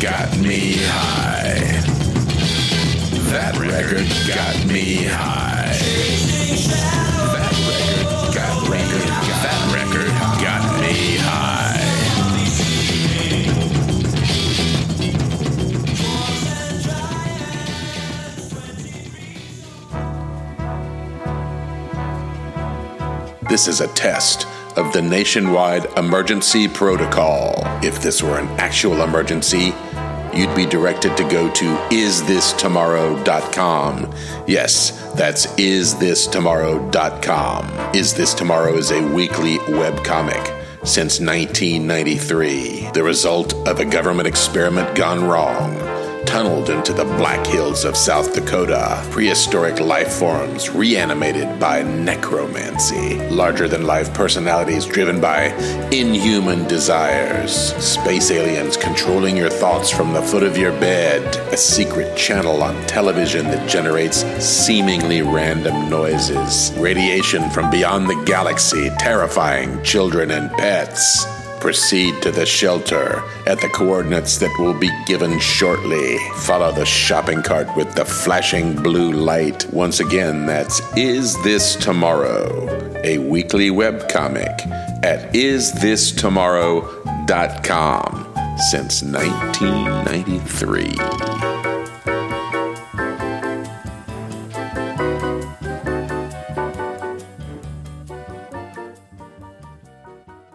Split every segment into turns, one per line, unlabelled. got me high. That record got me high. That record got record got that record got me high. This is a test of the nationwide emergency protocol. If this were an actual emergency, you'd be directed to go to isthistomorrow.com. Yes, that's isthistomorrow.com. Is This Tomorrow is a weekly webcomic since 1993, the result of a government experiment gone wrong tunneled into the Black Hills of South Dakota. Prehistoric life forms reanimated by necromancy. Larger than life personalities driven by inhuman desires. Space aliens controlling your thoughts from the foot of your bed. A secret channel on television that generates seemingly random noises. Radiation from beyond the galaxy terrifying children and pets. Proceed to the shelter at the coordinates that will be given shortly. Follow the shopping cart with the flashing blue light. Once again, that's Is This Tomorrow? A weekly webcomic at isthistomorrow.com since 1993.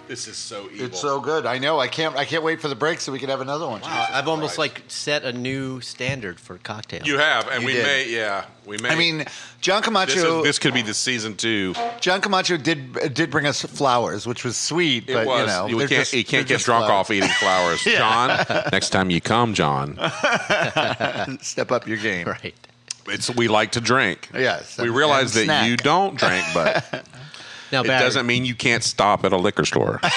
This is so evil.
It's so good. I know. I can't. I can't wait for the break so we can have another one.
Wow, Uh, I've almost like set a new standard for cocktails.
You have, and
You
we
did.
may, yeah, we may.
I mean, John
this,
Camacho.
is, this could be the season two.
John Camacho did uh, did bring us flowers, which was sweet.
It
but
was.
you know,
you
they're
can't,
just-
you can't
they're
get
just
drunk
flowers.
off eating flowers, John. Next time you come, John,
Step up your game.
Right.
it's we like to drink.
Yes,
we
and-
realize that
and snack.
you don't drink, but
Now,
it
Barry,
doesn't mean you can't stop at a liquor store.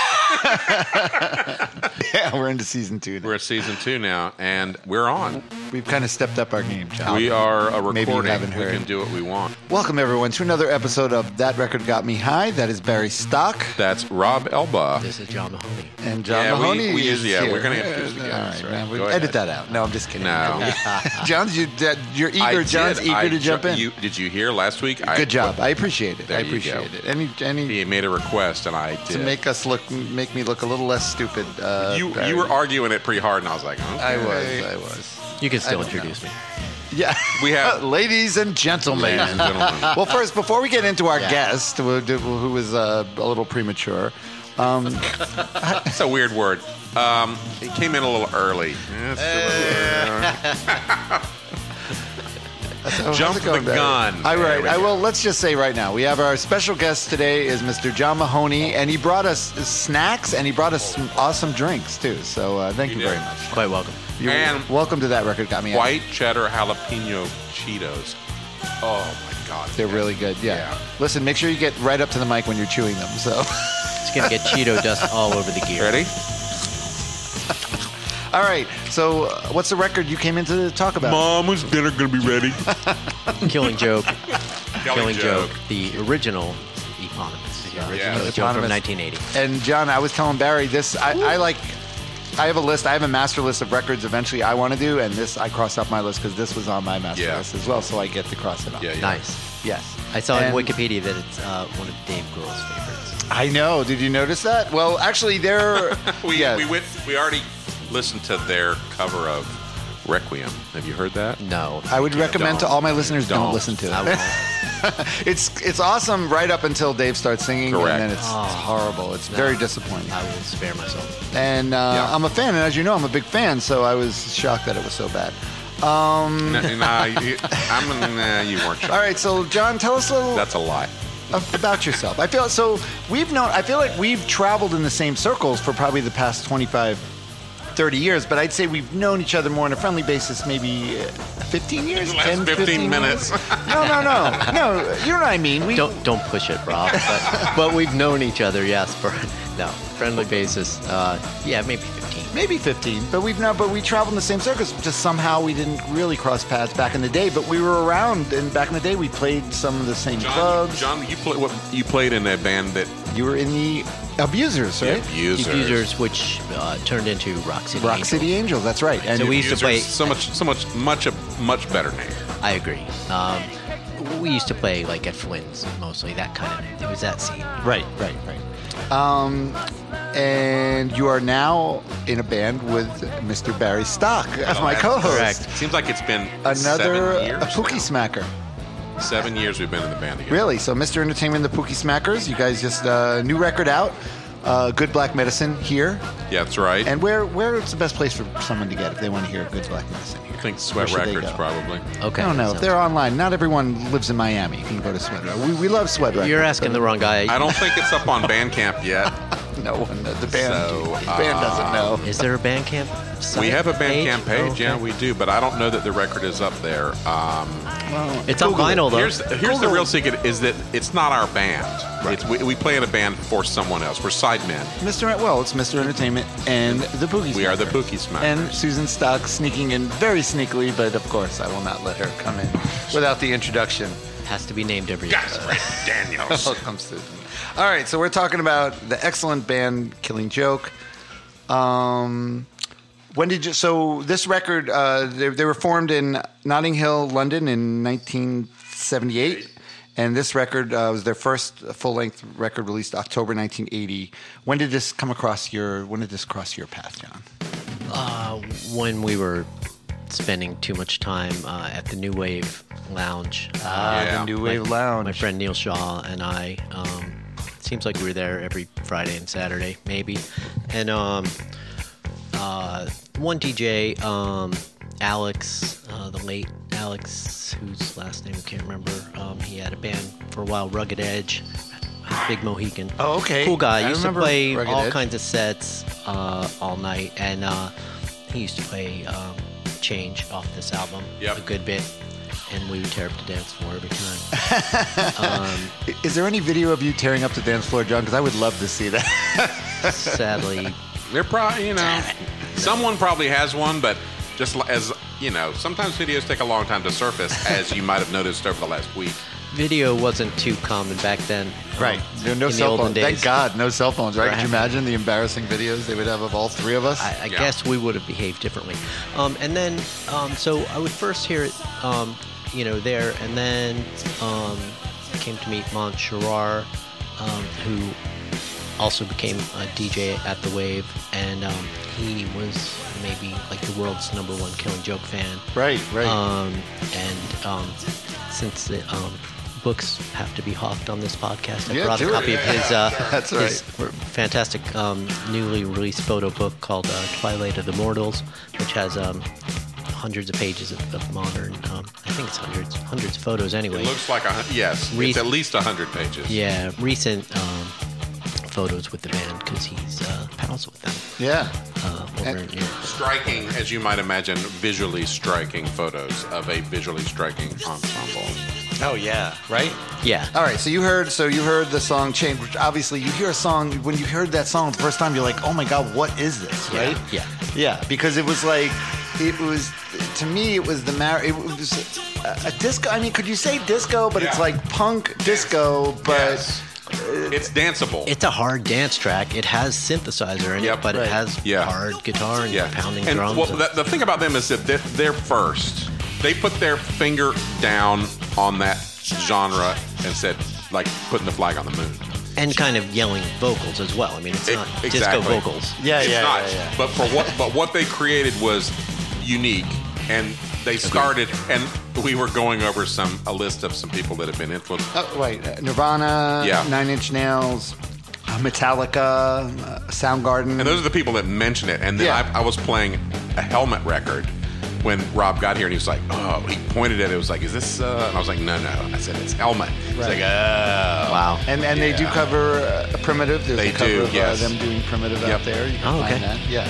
Yeah, we're into season two. Now.
we're at season two now, and we're on.
We've kind of stepped up our game, John.
We are a
Maybe you
recording.
haven't
We
heard.
can do what we want.
Welcome everyone to another episode of That Record Got Me High. That is Barry Stock
That's Rob Elba.
this is John Mahoney.
and John
Yeah, we-
Mahoney.
we
is
usually- yeah,
here.
we're gonna get confused again.
All right,
Sorry.
man, we
Go
edit
ahead.
that out. No, I'm just kidding.
No.
John's you, that- you're eager.
I did.
John's eager
I
to jump
ju-
in.
You, did you hear last week? I,
Good job. I appreciate it.
There
I
you go.
appreciate it. Any any
He made a request, and I
to
did.
make us look make me look a little less stupid. Uh,
you
Barry.
you were arguing it pretty hard, and I was like,
I
okay.
was. I was.
You can still
I don't
introduce me.
Yeah.
We have-
ladies and gentlemen.
Ladies and gentlemen.
well, first, before we get into our
Yeah.
guest, who, who was uh, a little premature, um,
That's a weird word. Um, it came in a little early. It's a little-
Oh, how's
Jump
it going,
the
Barry?
gun.
All
There
right.
we
I
go.
will. Let's just say right now, we have our special guest today is Mr. John Mahoney, and he brought us snacks and he brought us some awesome drinks too. So uh, thank you
did.
very much.
Quite welcome.
You're
And-
welcome to that record. Got me. Out.
White cheddar jalapeno Cheetos. Oh my god,
They're really good. Yeah.
Yeah.
Listen, make sure you get right up to the mic when you're chewing them. So,
It's gonna get Cheeto dust all over the gear.
ready.
all right. So, uh, what's the record you came in to talk about?
Mama's dinner gonna be ready.
Killing Joke.
Killing joke.
The original eponymous. The
Yeah.
original joke from
Eponymous.
1980.
And John, I was telling Barry this. I, I like. I have a list. I have a master list of records. Eventually, I want to do, and this I crossed off my list because this was on my master
Yeah.
list as well. So I get to cross it off.
Yeah, yeah.
Nice.
Yes.
I saw
And-
on Wikipedia that it's uh, one of Dave Grohl's favorites.
I know. Did you notice that? Well, actually, there.
We
yeah.
we went. We already listened to their cover of Requiem. Have you heard that?
No.
I would recommend to
don't.
all my listeners don't,
Don't.
listen
I
to it.
won't.
It's it's awesome right up until Dave starts singing,
Correct.
and then it's,
Oh.
it's horrible. It's very disappointing.
I will spare myself.
And uh,
Yeah.
I'm a fan, and as you know, I'm a big fan, so I was shocked that it was so bad.
Nah, nah, you, I'm, nah, you weren't.
Mm. All right, so John, tell us a little
That's a lie.
of- about yourself. I feel so we've known. I feel like we've traveled in the same circles for probably the past 25, 30 years. But I'd say we've known each other more on a friendly basis, maybe uh, 15 years.
The last 15 minutes.
years? no, no, no, no. You know what I mean. We
Don't don't push it, Rob. But, but we've known each other, yes, for no friendly basis. Uh, yeah, maybe 15.
maybe 15, but we've now, but we traveled in the same circles. Just somehow we didn't really cross paths back in the day. But we were around, and back in the day we played some of the same
John,
clubs.
John, you play, what, you played in a band that
You were in the Abusers, right?
Abusers.
Diffusers, which uh, turned into Rock City.
Rock
Angels.
City Angels. That's right. And
So we- used to
Users,
play-
so much, so much, much a much better name.
I agree. Um, we used to play like at Flynn's mostly. That kind of it was that scene.
right, right, right. Um, and you are now in a band with Mr. Barry Stock as
Oh,
my
that's
co-host.
correct. Seems like it's been
Another
seven years
a Pookie
now.
Smacker.
Seven years we've been in the band together.
Really? So, Mr. Entertainment, and the Pookie Smackers. You guys just uh, new record out. Uh, good Black Medicine here.
Yeah, that's right.
And where where is the best place for someone to get if they want to hear Good Black Medicine here?
I think
Where
Sweat
should they
Records
go?
probably.
Okay.
I don't know.
so-
If they're online, not everyone lives in Miami. You can go to Sweat. Records. We, we love Sweat Records.
You're asking
but
the wrong guy.
I don't think it's up on Bandcamp yet.
No one. knows. The band.
So, um,
the band doesn't know.
Is there a Bandcamp? Site
We have a
page?
Bandcamp
Oh,
page,
okay.
yeah, we do, but I don't know that the record is up there. Um,
It's on vinyl though.
here's here's the
Google.
real secret: is that it's not our band. It's, we, we play in a band for someone else. We're sidemen.
Mr. Ent- Well, it's Mr. Entertainment and the Pookie.
We are the
Smackers.
Pookie Smackers.
And Susan Stock sneaking in very sneakily, but of course I will not let her come in without the introduction.
Has to be named every. episode.
Daniels.
Oh, come Susan. All right, so we're talking about the excellent band Killing Joke. Um, when did you? So this record, uh, they, they were formed in Notting Hill, London, in 1978, and this record uh, was their first full-length record released October 1980. When did this come across your? When did this cross your path, John?
Uh, when we were spending too much time uh, at the New Wave Lounge. Uh,
Yeah.
New Wave Lounge.
My friend Neil Shaw and I. Um, seems like we were there every Friday and Saturday, maybe. And um, uh, one DJ, um, Alex, uh, the late Alex, whose last name I can't remember. Um, he had a band for a while, Rugged Edge, Big Mohican.
Oh, okay.
Cool guy.
I
used to
remember
play
Rugged
all
Edge.
kinds of sets uh, all night, and uh, he used to play um, Change off this album
Yep.
a good bit, and we would tear up the dance floor every time.
Is there any video of you tearing up the dance floor, John? Because I would love to see that.
Sadly,
They're probably, you know, someone probably has one, but just li- as you know, sometimes videos take a long time to surface, as you might have noticed over the last week.
video wasn't too common back then. um,
There are no
in the
cell
olden
phones.
days.
Thank God, no cell phones, right? Could
Right.
you imagine the embarrassing videos they would have of all three of us?
I, I
Yeah.
guess we would have behaved differently. Um, and then, um, so I would first hear it, um, you know, there, and then um, I came to meet Mont Sharar, um, who also became a DJ at The Wave, and um, he was maybe like the world's number one Killing Joke fan.
right, right.
Um, and um, since the um, books have to be hawked on this podcast, I
Yeah,
brought
sure.
a copy of his, uh,
That's
his fantastic um, newly released photo book called uh, Twilight of the Mortals, which has um, hundreds of pages of, of modern, um, I think it's hundreds, hundreds of photos anyway.
It looks like a hun- yes,
Reese-
it's at least hundred pages.
yeah, recent um, photos with the band because he's uh, pals with them
yeah.
uh, over
And-
in Europe.
Striking, as you might imagine, visually striking photos of a visually striking ensemble.
Oh yeah. Right.
Yeah.
All right. So you heard. So you heard the song "Change," which obviously you hear a song when you heard that song the first time, you're like, "Oh my God, what is this?"
Yeah,
Right?
yeah.
Yeah. Because it was like, it was to me, it was the mar. It was a, a disco. I mean, could you say disco? But it's
Yeah.
like punk disco, but.
Yes. It's danceable.
It's a hard dance track. It has synthesizer in
Yep.
it, but
Right.
it has
Yeah.
hard guitar and pounding
and
drums.
Well,
and-
the, the thing about them is that they're, they're first. They put their finger down on that genre and said, like, putting the flag on the moon.
and kind of yelling vocals as well. I mean, it's
E-
not disco
exactly.
vocals.
Yeah,
it's
yeah,
not.
yeah, yeah.
But for what, but what they created was unique, and they started. And we were going over some a list of some people that have been influenced.
Oh, wait, uh, Nirvana,
Yeah.
Nine Inch Nails, uh, Metallica, uh, Soundgarden.
And those are the people that mention it. And then
Yeah.
I, I was playing a helmet record when Rob got here, and he was like, "Oh," he pointed at it. It was like, "Is this?" Uh? And I was like, "No, no." I said, "It's helmet." He's
Right.
like, "Oh,
Wow.
and, and they do
Yeah.
cover uh, primitive. There's
They
a cover
do,
of
yes.
uh, them doing primitive
Yep.
out there. You can
Oh,
find
okay.
that. Yeah,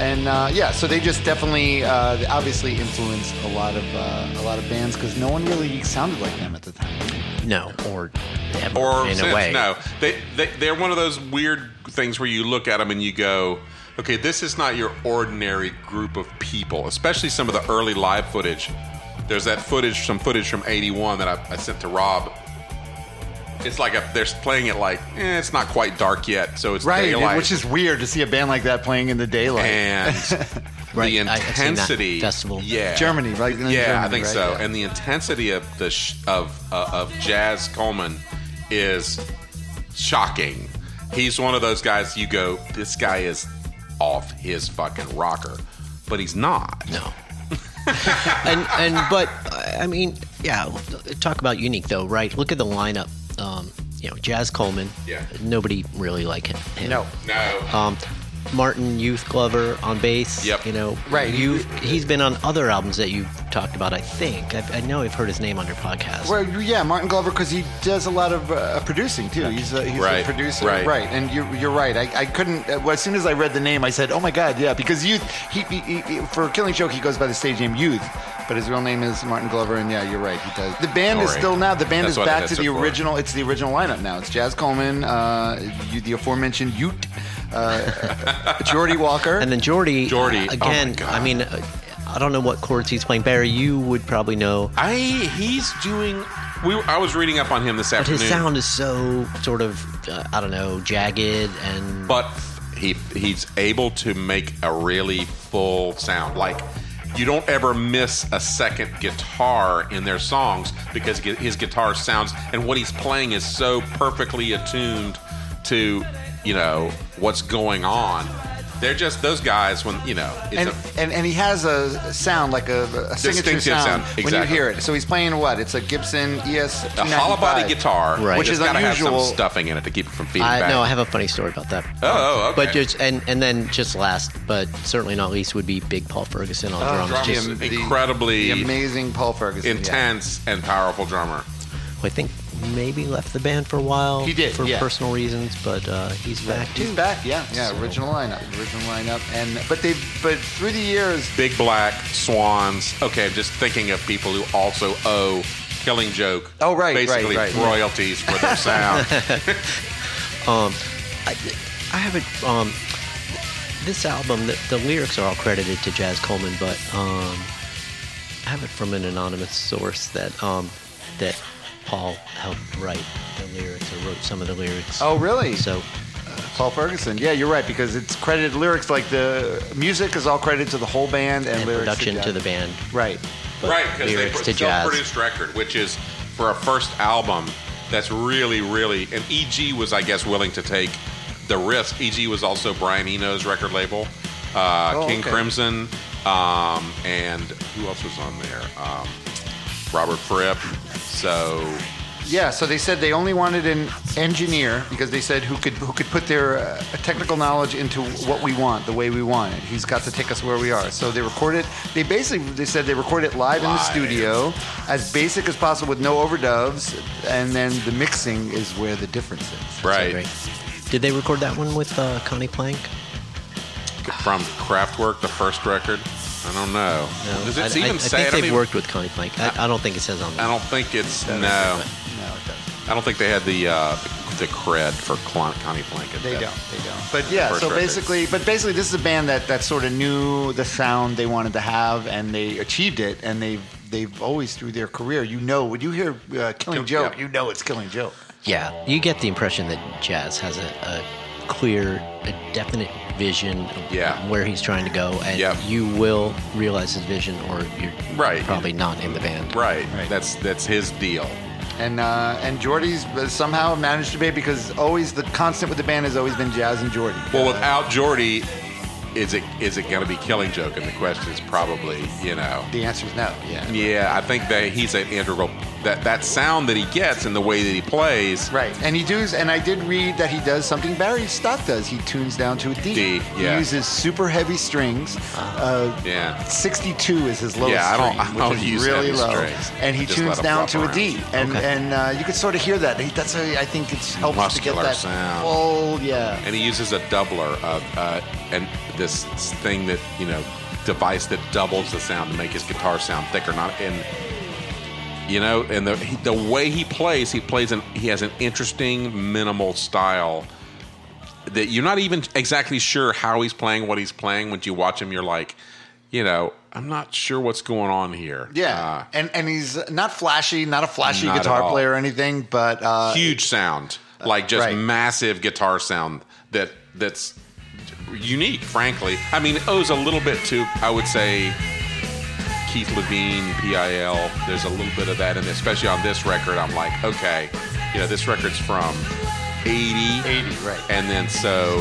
and uh, yeah, so they just definitely, uh, they obviously influenced a lot of uh, a lot of bands because no one really sounded like them at the time.
No, or ever,
or
in
sense.
a way.
No, they, they they're one of those weird things where you look at them and you go, okay, this is not your ordinary group of people, especially some of the early live footage. There's that footage, some footage from '81 that I, I sent to Rob it's like a, they're playing it like eh, it's not quite dark yet, so it's
Right,
daylight.
which is weird to see a band like that playing in the daylight.
and
Right,
the
I- I've seen that
intensity
festival.
yeah
Germany, right?
yeah
In Germany,
i think
right?
so
Yeah.
and the intensity of the sh- of uh, of jazz coleman is shocking he's one of those guys you go this guy is off his fucking rocker but he's not
No. and and but I I mean, yeah. Talk about unique though, right? Look at the lineup. Um, you know, Jazz Coleman.
Yeah.
Nobody really like him.
No.
no
Um, Martin Youth Glover on bass.
Yep.
You know,
Right.
You he's been on other albums that you've talked about. I think I, I know I've heard his name on your podcast.
Well, yeah, Martin Glover, because he does a lot of uh, producing too. He's a, he's
Right,
a producer,
right.
And you're, you're right. I, I couldn't. uh, Well, as soon as I read the name, I said, "Oh my God, yeah!" Because youth, he, he, he- he- for Killing Joke, he goes by the stage name Youth, but his real name is Martin Glover. And yeah, you're right. He does. The band is
Sorry.
still now. The band
That's
is
what
back
it
to
is
the
for.
original. It's the original lineup now. It's Jazz Coleman, uh, you, the aforementioned Ute, uh, Jordy Walker,
And then Jordy.
Jordy,
uh,
oh my
again,
God.
I mean, uh, I don't know what chords he's playing. Barry, you would probably know.
i he's doing we were- i was reading up on him this
But
afternoon
his sound is so sort of, uh, I don't know, jagged and.
but he he's able to make a really full sound. Like you don't ever miss a second guitar in their songs because gu- his guitar sounds and what he's playing is so perfectly attuned to you know what's going on. They're just those guys when you know it's
and,
a
and and he has a sound like a, a signature
Distinctive
sound,
sound,
when you
exactly.
hear it. So he's playing what? It's a Gibson E ES
a hollow body guitar,
Right.
Which
which has
is
got to have some
unusual.
stuffing in it to keep it from feeding
I
back.
no, I have a funny story about that.
Oh, oh, okay.
But just and and then just last, but certainly not least, would be Big Paul Ferguson on
Oh,
drums.
drums.
Just,
Am- incredibly
the amazing Paul Ferguson. yeah.
intense and powerful drummer.
who I think maybe left the band for a while.
He did,
for
yeah.
personal reasons, but uh, he's back too.
He's back, yeah, yeah.
So-
Original lineup, original lineup, and but they but through the years,
Big Black, Swans. Okay, I'm just thinking of people who also owe Killing Joke.
Oh, right, right,
basically
right.
royalties for their sound.
I, I have a um, this album. The, the lyrics are all credited to Jazz Coleman, but um, I have it from an anonymous source that um, that Paul helped write the lyrics or wrote some of the lyrics.
Oh, really?
So
Paul Ferguson. Yeah, you're right because it's credited lyrics like the music is all credited to the whole band and,
and
lyrics
production to
Jeff.
the band.
Right.
but
right, because they
lyrics
put
to jazz.
self-produced record, which is for a first album. That's really, really. And EG was, I guess, willing to take the risk. EG was also Brian Eno's record label, uh,
Oh,
King
okay.
Crimson, um, and who else was on there? Um, Robert Fripp. So
Yeah, so they said they only wanted an engineer because they said who could who could put their uh, technical knowledge into what we want, the way we want it. He's got to take us where we are. So they recorded. They basically they said they recorded it live, in the
Live.
studio, as basic as possible with no overdubs, and then the mixing is where the difference is.
So
right
great. Did they record that one with uh, Connie Plank?
from Kraftwerk, the first record. I don't know. Does
I,
it
I-
even
I
say?
think
I,
they've
don't even-
worked with Connie Plank. I, I don't think it says on
I
there.
don't think it's no.
No, it doesn't.
I don't think they had the uh, the cred for Clon- Connie Plank. at
They
that.
don't. They don't. But yeah,
First
so
record.
basically, but basically, this is a band that that sort of knew the sound they wanted to have, and they achieved it, and they've they've always through their career, you know, when you hear uh, Killing
Kill-
Joke,
yeah.
you know it's Killing Joke.
Yeah, you get the impression that Jazz has a, a clear, a definite vision of
Yeah.
where he's trying to go, and
Yep.
you will realize his vision, or you're
Right.
probably not in the band.
Right.
Right.
That's that's his deal.
And uh, and Jordy's uh, somehow managed to be because always the constant with the band has always been Jazz and Jordy. Uh,
Well, without Jordy, is it is it going to be Killing Joke? And the question is probably you know.
the answer is no. Yeah.
Yeah, I think that he's an integral that that sound that he gets and the way that he plays.
Right, and he does, and I did read that he does something Barry Stock does. He tunes down to a D.
D,
He
yeah. Ah.
uses super heavy strings. Uh,
Yeah.
62 is his lowest
Yeah, I don't-
string,
I
which is
don't use
really
heavy
low.
strings.
And he
Just
tunes
let 'em
down
flop
to a D,
around.
and
Okay.
and uh, you could sort of hear that. He- That's how he- I think it's helps to
Muscular
get that
sound.
full, yeah.
and he uses a doubler of uh, and this thing that you know device that doubles the sound to make his guitar sound thicker not and you know and the he- the way he plays he plays an he has an interesting minimal style that you're not even exactly sure how he's playing what he's playing when you watch him you're like you know I'm not sure what's going on here.
Yeah,
Uh,
and and he's not flashy, not a flashy
Not at
guitar
all.
player or anything, but uh,
huge sound, like just
right.
massive guitar sound that that's unique. Frankly, I mean, it owes a little bit to I would say Keith Levine, PIL. There's a little bit of that, and especially on this record, I'm like, okay, you know, this record's from '80,
80, right.
and then so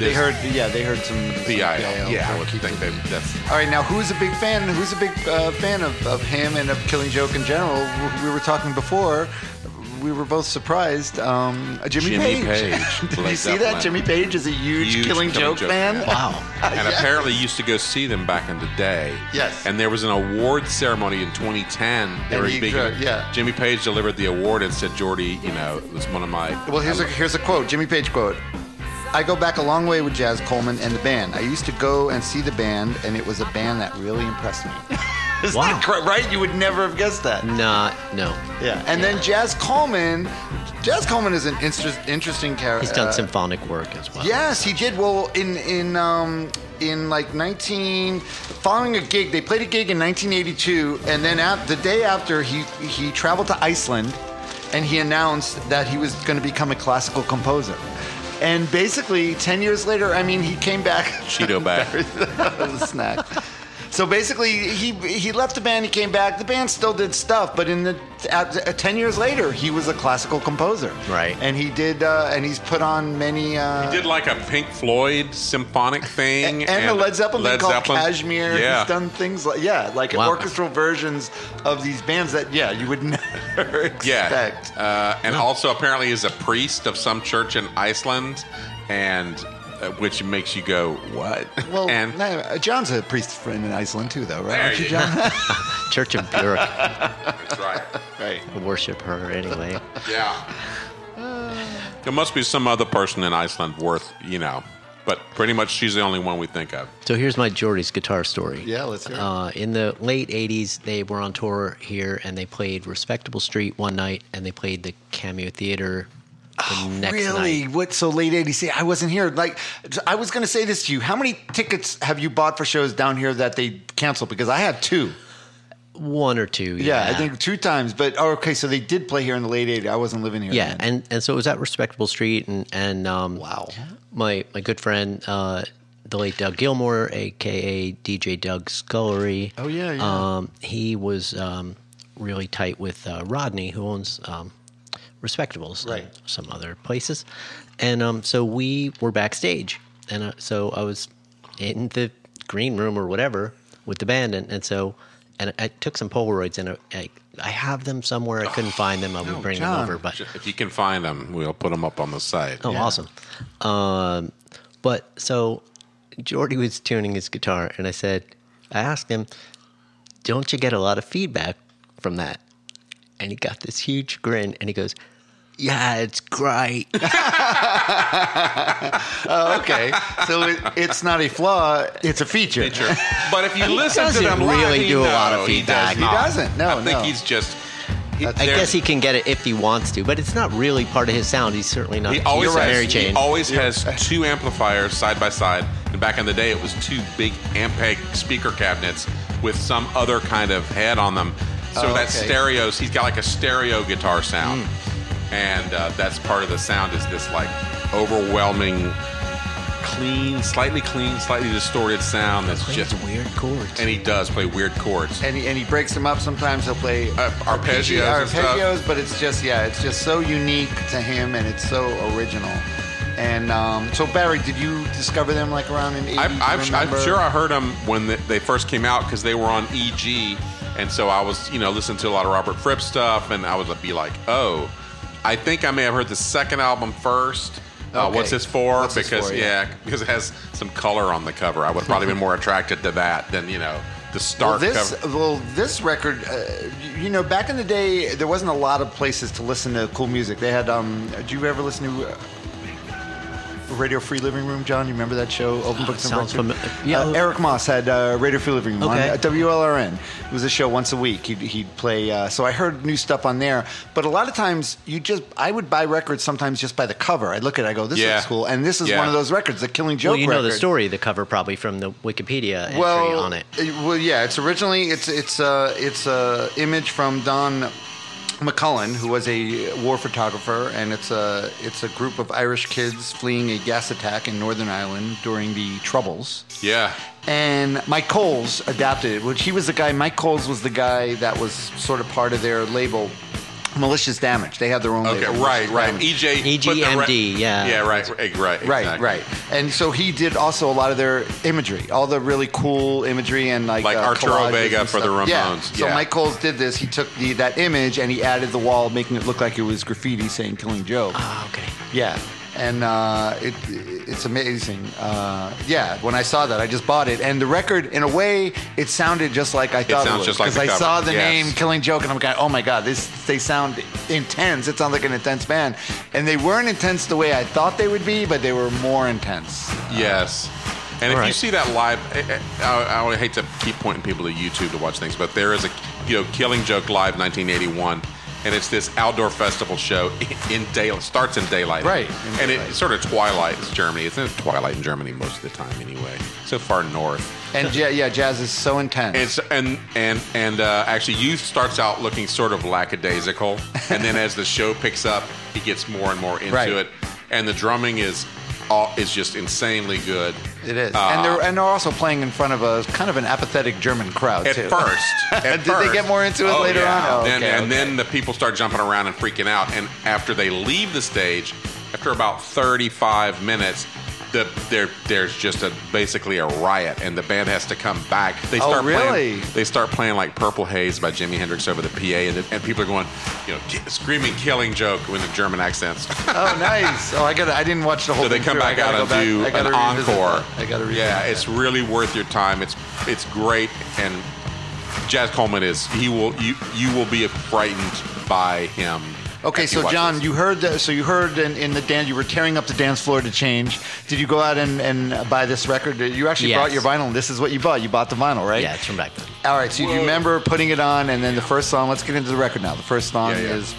they heard yeah they heard some
PIL. Yeah, I would
Keith
think that that's
All right, now who's a big fan? Who's a big uh, fan of, of him and of Killing Joke in general? W- We were talking before. We were both surprised. Um, Jimmy, Page.
Jimmy Page,
Did you
Led
see that?
Zeppelin.
Jimmy Page is a huge,
Huge
Killing, Joke, fan.
Wow. And apparently used to go see them back in the day.
Yes.
And there was an award ceremony in 2010. They
And
were
he
being-
dro- yeah.
Jimmy Page delivered the award and said, Jordy, you know, it was one of my.
Well, here's a here's a quote, Jimmy Page quote. I go back a long way with Jazz Coleman and the band. I used to go and see the band, and it was a band that really impressed me. Isn't
Wow.
that cor- right? You would never have guessed that.
Not no.
Mm. Yeah. And then Jazz Coleman, Jazz Coleman is an interest, interesting uh, character.
He's
Uh,
done symphonic work as well.
Yes, he did. Well, in in um in like 19 following a gig, they played a gig in 1982 and then at, the day after he he traveled to Iceland and he announced that he was going to become a classical composer. And basically 10 years later, I mean, he came back
Cheeto bag.
that was a snack. So basically, he he left the band. He came back. The band still did stuff, but in the at, uh, ten years later, he was a classical composer.
Right.
And he did, uh, and he's put on many. Uh,
Did like a Pink Floyd symphonic thing.
and, and a Led Zeppelin
Led
thing called
Zeppelin.
Cashmere.
Yeah.
He's done things like yeah, like
Wow.
orchestral versions of these bands that yeah you would never
Yeah.
expect.
Uh, and also apparently is a priest of some church in Iceland, and uh, which makes you go, what?
Well,
and
no, uh, John's a priest friend in Iceland too, though, right?
There
Aren't you,
you
John?
Church of Burek.
that's right.
right.
worship her anyway.
Yeah. There must be some other person in Iceland worth, you know, but pretty much she's the only one we think of.
So here's my Jordy's guitar story.
Yeah, let's hear it.
Uh, in the late 80s, they were on tour here and they played Respectable Street one night and they played the Cameo Theater the next
Oh, really?
night.
What? So late '80s? See, I wasn't here. Like, I was going to say this to you. How many tickets have you bought for shows down here that they canceled? Because I have two.
One or two.
Yeah,
Yeah,
I think two times. But oh, okay, so they did play here in the late '80s. I wasn't living here.
Yeah,
then.
and, and so it was at Respectable Street and, and um,
Wow.
my, my good friend, uh, the late Doug Gilmore, aka DJ Doug Scullery.
Oh, yeah, yeah.
Um, he was um, really tight with uh, Rodney, who owns um, Respectables, and
Right.
Some other places, and um, so we were backstage, and uh, so I was in the green room or whatever with the band, and, and so and I took some Polaroids, and I, I, I have them somewhere. I couldn't find them. I would bring
Oh, John.
them over, but
If you can find them, we'll put them up on the site.
Oh, awesome. Um, but so Jordy was tuning his guitar, and I said, I asked him, Don't you get a lot of feedback from that? And he got this huge grin and he goes, Yeah, it's great.
Oh, okay, so it, it's not a flaw; it's a feature.
Sure. But if you listen to
doesn't
them live,
really
he-
do a lot
no,
of
he
feedback.
does
He
not.
doesn't. No,
I think
no.
he's just.
I guess he can get it if he wants to, but it's not really part of his sound. He's certainly not.
He always
he's a
has,
Mary
he
Jane.
always has two amplifiers side by side. And back in the day, it was two big Ampeg speaker cabinets with some other kind of head on them. So
Oh,
that
okay.
stereos, he's got like a stereo guitar sound,
Hmm.
and uh, that's part of the sound is this like overwhelming, clean, slightly clean, slightly distorted sound that's
plays
just.
weird chords.
And he does play weird chords.
And he, and he breaks them up. Sometimes he'll play
Uh, arpeggios and stuff.
arpeggios, but it's just yeah, it's just so unique to him, and it's so original. And um, so Barry, did you discover them like around in 80s?
I'm,
Do
I'm,
you
I'm
remember?
sure I heard them when th- they first came out because they were on EG, and so I was, you know, listening to a lot of Robert Fripp stuff, and I would be like, oh, I think I may have heard the second album first. Uh,
Okay.
what's this for?
What's This
because
For, yeah.
yeah. because it has some color on the cover. I would probably been more attracted to that than you know the
Well,
stark
this
cover.
well, this record, uh, you- you know, back in the day, there wasn't a lot of places to listen to cool music. They had. Um, do you ever listen to? Uh, Radio Free Living Room, John? You remember that show, Open Books and
sounds
Records?
fami- yeah.
Uh, Eric Moss had uh, Radio Free Living Room
Okay.
on uh, WLRN. It was a show once a week. He'd, he'd play. Uh, so I heard new stuff on there. But a lot of times, you just I would buy records sometimes just by the cover. I'd look at, it, I go, this
Yeah.
looks cool, and this is
Yeah.
one of those records, the Killing Joke.
Well, you know the
record.
story, the cover probably from the Wikipedia entry
well,
on it.
uh, Well, yeah, it's originally it's it's uh, it's a image from Don McCullen, who was a war photographer, and it's a it's a group of Irish kids fleeing a gas attack in Northern Ireland during the Troubles.
Yeah.
And Mike Coles adapted it, which he was the guy. Mike Coles was the guy that was sort of part of their label, Malicious Damage. They E had their own.
Okay.
label,
Right.
Malicious
Right.
Damage.
EJ.
EGMD,
put the re-
yeah.
Yeah. Right. Right. Right.
Right,
exactly.
right. And so he did also a lot of their imagery, all the really cool imagery and like uh,
Like Arturo
collages and
Vega for
stuff.
the Ramones,
Yeah. So
yeah.
Mike Coles did this. He took the that image and he added the wall, making it look like it was graffiti saying "Killing Joe."
Ah, okay.
Yeah. And uh, it, it's amazing. Uh, yeah, when I saw that, I just bought it. And the record, in a way, it sounded just like I thought it,
sounds
would.
just like the
I
cover,
saw the
yes.
name Killing Joke, and I'm going, oh my god, this they sound intense. It sounds like an intense band, and they weren't intense the way I thought they would be, but they were more intense.
Yes. And if you
Right.
see that live, I, I, I would hate to keep pointing people to YouTube to watch things, but there is a you know Killing Joke Live 1981, and it's this outdoor festival show in daylight. Starts in daylight,
Right, in
And
daylight.
it's sort of twilight. It's Germany. It's in twilight in Germany most of the time, anyway. So far north.
And ja- yeah, jazz is so intense.
And so- and and and uh, actually, youth starts out looking sort of lackadaisical, and then as the show picks up, he gets more and more into
Right.
it, and the drumming is all, is just insanely good.
it is,
Uh,
and they're and they're also playing in front of a kind of an apathetic German crowd
at
too.
first. At
Did they get
first.
more into it
Oh,
later
yeah.
on? Oh,
Then-
okay,
and then the people start jumping around and freaking out. And after they leave the stage, after about 35 minutes, the, there there's just a basically a riot, and the band has to come back. They
Oh,
start
really?
playing. They start playing like "Purple Haze" by Jimi Hendrix over the PA, and, the- and people are going, you know, ki- screaming, killing joke with the German accents.
Oh, nice. Oh, I got. I didn't watch the whole.
so they
thing
come
through. I
back
gotta
out
go
and
back.
do
I
an
gotta revisit
encore.
that. I got to.
Yeah, it's really worth your time. It's it's great, and Jazz Coleman is he will you you will be frightened by him.
Okay,
if you
so
watch
John,
this.
you heard that. So you heard in, in the dance, you were tearing up the dance floor to change. Did you go out and, and buy this record? Uh, You actually
Yes.
brought your vinyl. This is what you bought. You bought the vinyl, right?
Yeah, it's from back then.
All right. So you
Whoa.
remember putting it on, and then the first song. Let's get into the record now. The first song
Yeah, yeah.
is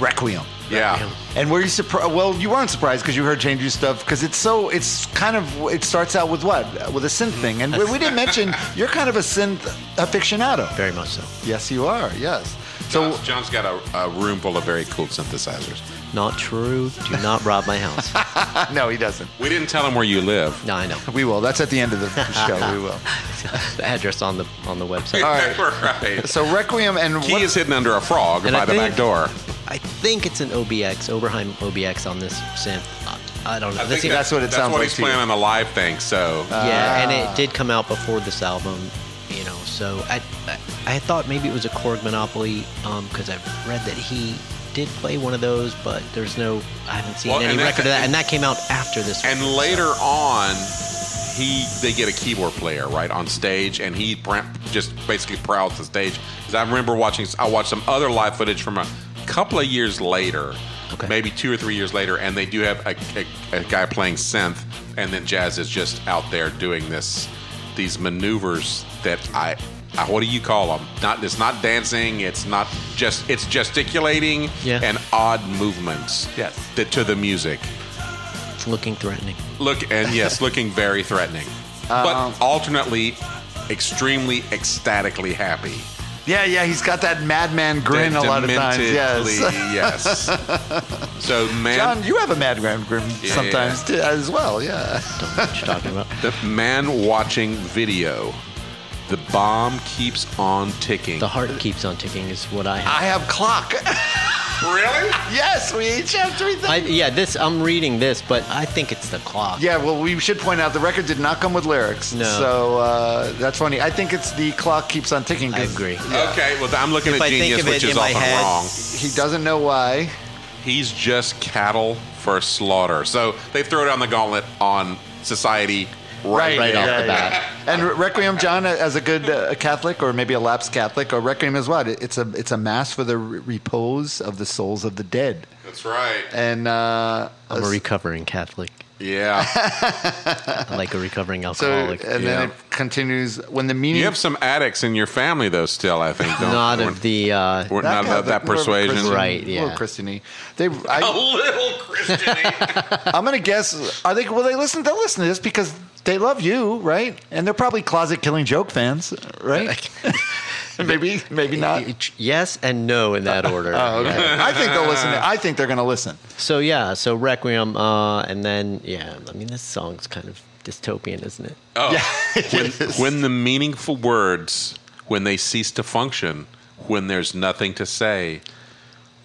Requiem.
yeah.
And were you surprised? Well, you weren't surprised because you heard Change Your Stuff because it's so, it's kind of, it starts out with what? With a synth thing. And we, we didn't mention, you're kind of a synth aficionado.
Very much so.
Yes, you are. Yes. So,
So John's got a, a room full of very cool synthesizers.
Not true. Do not rob my house.
no, he doesn't.
We didn't tell him where you live.
No, I know.
We will. That's at the end of the show. We will.
the address on the on the website.
right.
right.
So Requiem and
He
what-
is hidden under a frog
And
by
I
the back
think-
door.
I think it's an OBX, Oberheim OBX on this synth. I, I don't know.
I
This
think
seems-
that's what it sounds like
he's
to you. Uh,
playing on the live thing. So
yeah, and it did come out before this album, you know. So I, I, I thought maybe it was a Korg Monopoly because I've read that he did play one of those, but there's no, I haven't seen
Well,
any
and that's-
record of that, and that came out after this.
And
one,
later
so-
on, he they get a keyboard player right on stage, and he pr- just basically prowls the stage. 'Cause I remember watching, I watched some other live footage from a couple of years later,
Okay.
maybe two or three years later, and they do have a, a, a guy playing synth, and then Jazz is just out there doing this these maneuvers that I. I- What do you call them? Not it's not dancing. It's not just it's gesticulating
Yeah.
and odd movements.
Yes.
that to the music.
it's looking threatening.
Look and yes, looking very threatening,
Uh-huh.
but alternately extremely ecstatically happy.
yeah, yeah, he's got that madman grin a lot of times. Yes.
Dementedly, yes. so man,
John, you have a madman grin
Yeah.
sometimes too, as well. Yeah.
Don't know what you're talking about.
the man watching video, the bomb keeps on ticking.
The heart keeps on ticking is what I have.
I have clock.
really?
yes, we each have three things.
I, yeah, this I'm reading this, but I think it's the clock.
yeah, well, we should point out the record did not come with lyrics.
No.
So uh, that's funny. I think it's the clock keeps on ticking.
I
'cause
agree.
Okay. Well, I'm looking
If
at
I think
genius,
of it
which is
in my
often
head-
wrong.
He doesn't know why.
He's just cattle for slaughter. So they throw down the gauntlet on society right,
Right
now.
off the bat.
And Re- Requiem, John, as a good uh, Catholic or maybe a lapsed Catholic, or Requiem is what? It's a it's a mass for the re- repose of the souls of the dead.
That's right.
And uh,
I'm a recovering Catholic.
Yeah.
like a recovering
So uh,
alcoholic.
and
yeah.
then it continues when the meaning
you have some addicts in your family, though, still, I think. Don't,
Not of the. Uh,
we're not
guy,
of that
more of a
persuasion.
Christian-
Right,
more of a
yeah.
Christian-y. They,
A
I,
little Christian.
I'm gonna guess. Are they? Will they listen? They'll listen to this because they love you, right? And they're probably closet Killing Joke fans, right? maybe, maybe not.
yes and no in that order.
Oh, okay.
Yeah.
I think they'll listen. To, I think they're gonna listen.
So yeah, so Requiem, uh, and then yeah, I mean this song's kind of dystopian, isn't it?
Uh,
when, when the meaningful words, when they cease to function, when there's nothing to say,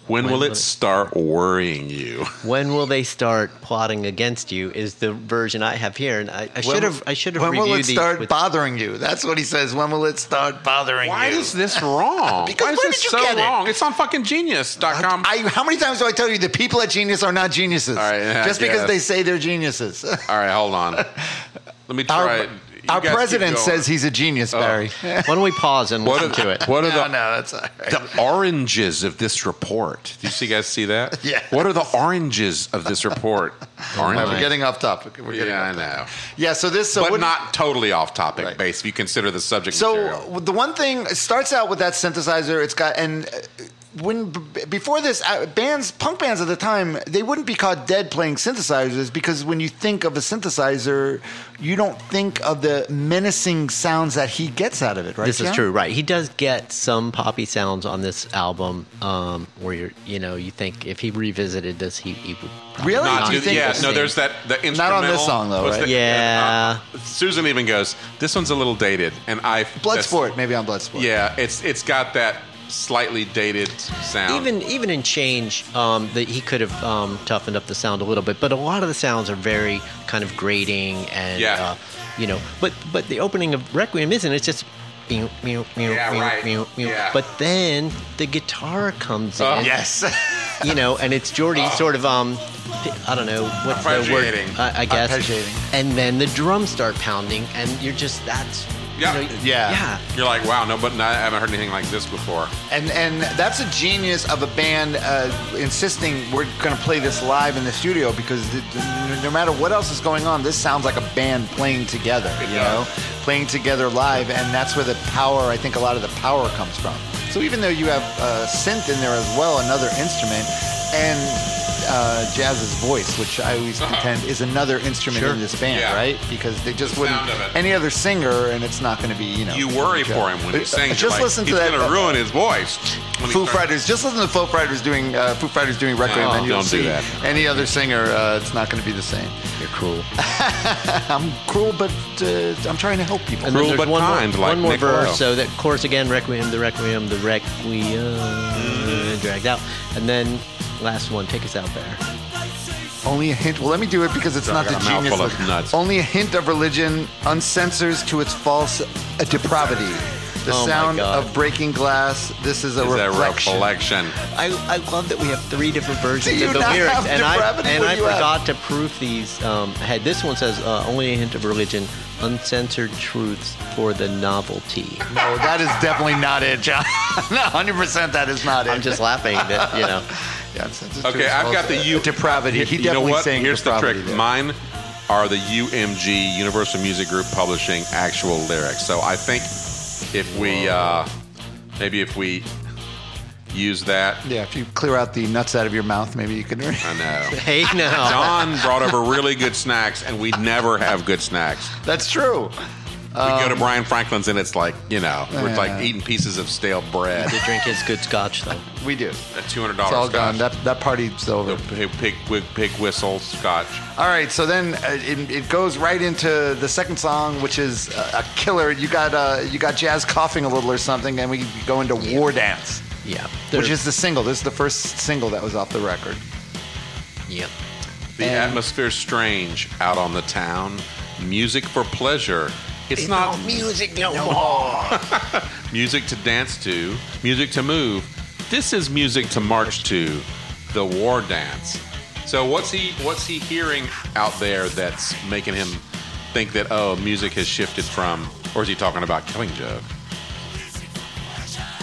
when, will
will
it
it-
start worrying you?
When will they start plotting against you? Is the version I have here, and I, I should have I should have
When
reviewed
will it
these
start
with-
bothering you? That's what he says. When will it start bothering
Why
you?
is this wrong?
Because
Why is
where
this
did you
so
get it?
wrong? It's on fucking genius.com.
I, how many times do I tell you the people at Genius are not geniuses?
right, yeah, I
Just because
guess.
they say they're geniuses.
All right, hold on. Let me
Our,
try. it. You
our
guys keep
president
going. Oh.
says he's a genius, Barry.
Why don't we pause and
What
listen
are,
to it?
What are
No,
the,
no, that's all right.
the oranges of this report? Do you see, guys see that?
Yeah.
What are the oranges of this report?
All right,
Oranges.
we're getting off topic. We're getting
yeah, I
off topic.
know.
Yeah, so this so
But
what-
not totally off topic
Right.
base if you consider the subject material.
So the one thing it starts out with that synthesizer. It's got and uh, when b- before this uh, bands, punk bands at the time, they wouldn't be caught dead playing synthesizers because when you think of a synthesizer, you don't think of the menacing sounds that he gets out of it. Right?
This is
Keanu?
true, right? He does get some poppy sounds on this album, um, where you're, you know, you think if he revisited this, he, he would. probably
Really?
Not
Do you
to-
think
yeah,
that's
no,
the-
there's that the instrumental.
Not on this song, though,
What's
right?
Yeah.
uh, Susan even goes, "This one's a little dated," and I that's-
Bloodsport, maybe on Bloodsport.
Yeah, it's it's got that slightly dated sound.
even even in change um, that he could have um, toughened up the sound a little bit but a lot of the sounds are very kind of grating and
Yeah.
uh, you know but but the opening of requiem isn't it's just meow, meow, meow,
Yeah,
meow,
right.
meow, meow.
Yeah.
but then the guitar comes
Oh.
in
Yes.
you know and it's Jordy sort of um I don't know what's the word
Arpeggiating.
I, I guess
Arpeggiating.
and then the drums start pounding and you're just that's
Yeah.
you know,
Yeah.
yeah
You're like, wow, no, but I haven't heard anything like this before.
and and that's a genius of a band uh, insisting we're going to play this live in the studio because th- th- no matter what else is going on, this sounds like a band playing together.
It
you
does.
know, playing together live, and that's where the power. I think a lot of the power comes from. So even though you have uh, synth in there as well, another instrument, and uh, jazz's voice, which I always contend is another instrument
Sure.
in this band,
Uh-huh. Yeah.
right? Because they just
The
wouldn't
sound of it.
any other singer, and it's not going to be you know.
You worry for him when he
But, uh,
sings. You're
Just
like,
listen to
he's
that.
gonna
uh,
ruin his voice. when he
Foo
starts-
Fighters. Just listen to Foo Fighters doing uh, Foo Fighters doing Requiem,
Oh,
and you'll
don't do
see
that.
any other singer. Uh, it's not going to be the same.
you're cruel
I'm cruel, but uh, I'm trying to help people.
And then
Cruel
there's
but
one
kind,
more,
like
one more
Nick
verse.
Lowe.
So that chorus again, requiem, the requiem, the requiem, dragged out, and then last one, take us out there.
Only a hint. Well, let me do it because it's
I
not the
got a
genius.
mouthful of
look.
nuts.
Only a hint of religion uncensors to its false uh, depravity. The
Oh my
sound
God.
of breaking glass. This is a
Is that
reflection.
reflection?
I, I love that we have three different
Do
versions
you
of the
not
lyrics,
have
and I
depravity?
and
What
I
do you have?
forgot to proof these. Um, ahead. This one says uh, only a hint of religion, uncensored truths for the novelty.
No, that is definitely not it, John. no, hundred percent, that is not it.
I'm just laughing that you know.
Yeah, uncensors to
Okay,
its
I've
false,
got the
uh,
U-
depravity. He
you
definitely
know what?
saying
Here's the
depravity
trick.
there.
Mine are the UMG Universal Music Group publishing actual lyrics. So I think if we uh, maybe if we use that,
Yeah, if you clear out the nuts out of your mouth, maybe you can.
I know.
Hey now,
Don brought over really good snacks, and we never have good snacks.
That's true.
We go to Brian Franklin's, and it's like you know, we're
Um, Yeah.
like eating pieces of stale bread.
the drink is good scotch though.
We do.
That two
It's
hundred
all
dollars
gone. That that party's over.
The pig, pig, pig, pig whistle scotch.
All right, so then uh, it, it goes right into the second song, which is uh, a killer. You got uh, you got jazz coughing a little or something, and we go into War Dance,
Yeah,
which is the single. This is the first single that was off the record.
yeah.
The
And-
atmosphere's strange out on the town. Music for pleasure. It's, not
music no more.
music to dance to, music to move. This is music to march to, the war dance. So what's he what's he hearing out there that's making him think that oh music has shifted from or is he talking about Killing Joke?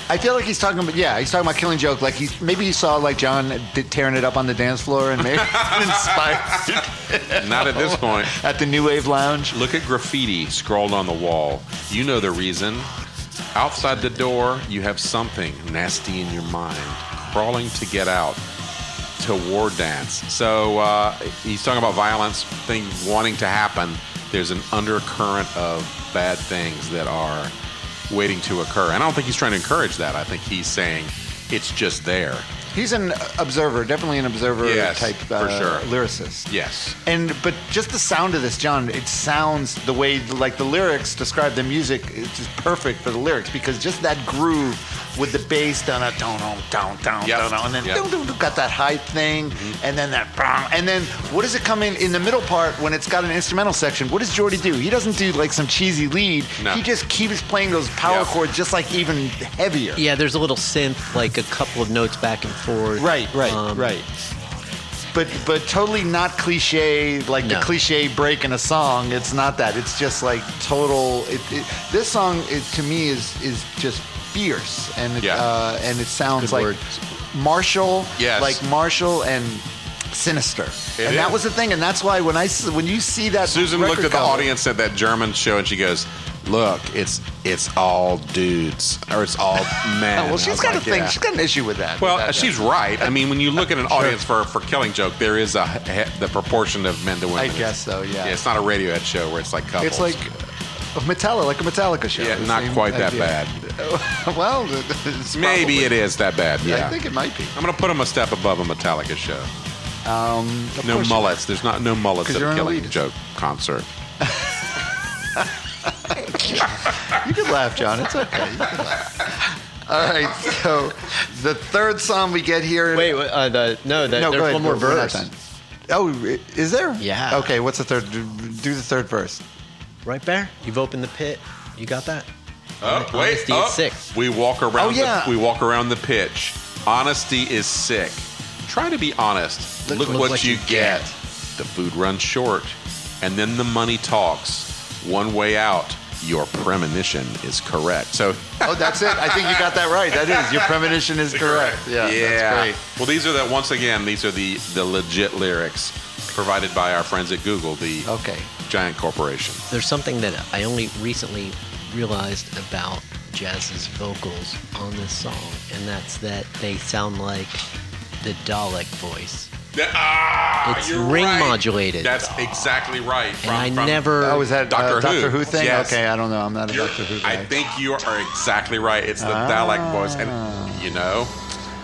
I feel like he's talking about yeah, he's talking about Killing Joke. Like he's maybe he saw like John d- tearing it up on the dance floor and maybe inspired
Not at this point.
at the New Wave Lounge.
Look at graffiti scrawled on the wall. You know the reason. Outside the door, you have something nasty in your mind, crawling to get out to war dance. So uh, he's talking about violence, thing wanting to happen. There's an undercurrent of bad things that are waiting to occur. And I don't think he's trying to encourage that. I think he's saying it's just there.
He's an observer, definitely an observer
Yes,
type
for
uh,
sure.
lyricist.
Yes.
And but just the sound of this, John, it sounds the way like the lyrics describe the music. It's just perfect for the lyrics because just that groove with the bass down a down down down down
Yep.
down, and then
Yep. Mm-hmm.
dun, dun, dun, got that high thing, and then that bang, and then what does it come in in the middle part when it's got an instrumental section? What does Jordy do? He doesn't do like some cheesy lead.
No.
He just keeps playing those power
Yep.
chords, just like even heavier.
Yeah, there's a little synth, like a couple of notes back and forth.
Right, right,
Um,
right. But but totally not cliche like
No.
the cliche break in a song. It's not that. It's just like total. It, it, this song it, to me is is just fierce and it,
Yeah.
uh, and it sounds
Good
like
word.
martial,
Yes.
like martial and sinister.
It
and that
is.
was the thing. And that's why when I s- when you see that
Susan
record
looked at the
cover-
audience at that German show and she goes, "Look, it's it's all dudes or it's all men."
Oh,
I
well,
was
she's got
like,
a thing.
"Yeah."
She's got an issue with that.
Well, uh,
with that, yeah.
she's right. I mean, when you look at an audience for for Killing Joke, there is a he- the proportion of men to women.
uh, I guess so. Yeah.
Yeah, it's not a Radiohead show where it's like couples.
It's like a Metallica, like a Metallica show.
yeah,
The
not
same
quite that
idea.
bad.
well, it's
Maybe
probably-
it is that bad. Yeah.
I think it might be.
I'm gonna put them a step above a Metallica show.
Um, Of
No
course-
mullets. There's not no mullets
'Cause
at
you're
a
an
Killing
elitist.
Joke concert.
You can laugh, John. It's okay. You can laugh. All right. So the third song we get here.
Wait, wait, uh, the no, the,
no,
there's
go ahead.
one more
We're- we're not
verse.
done. Oh, is there?
Yeah.
Okay. What's the third? Do do the third verse.
Right there. You've opened the pit. You got that?
Oh,
Hon-
wait,
honesty
oh.
is sick.
We walk around.
Oh, yeah.
the, we walk around the pitch. Honesty is sick. Try to be honest. Look, what, you, get. The food runs short, and then the money talks. One way out. Your premonition is correct. So
Oh, that's it. I think you got that right. That is your premonition is correct. Yeah. That's great.
Well, these are the once again. These are the the legit lyrics provided by our friends at Google, the
Oh.
Okay.
giant corporation.
There's something that I only recently realized about Jazz's vocals on this song, and that's that they sound like the Dalek voice.
Ah,
It's
you're
ring
right.
modulated.
That's exactly right.
And I never.
Oh, is that
Doctor
uh, Doctor
Who.
Who thing?
Yes.
Okay. I don't know. I'm not a
You're-
Doctor Who guy.
I think you are exactly right. It's the Dalek voice, and you know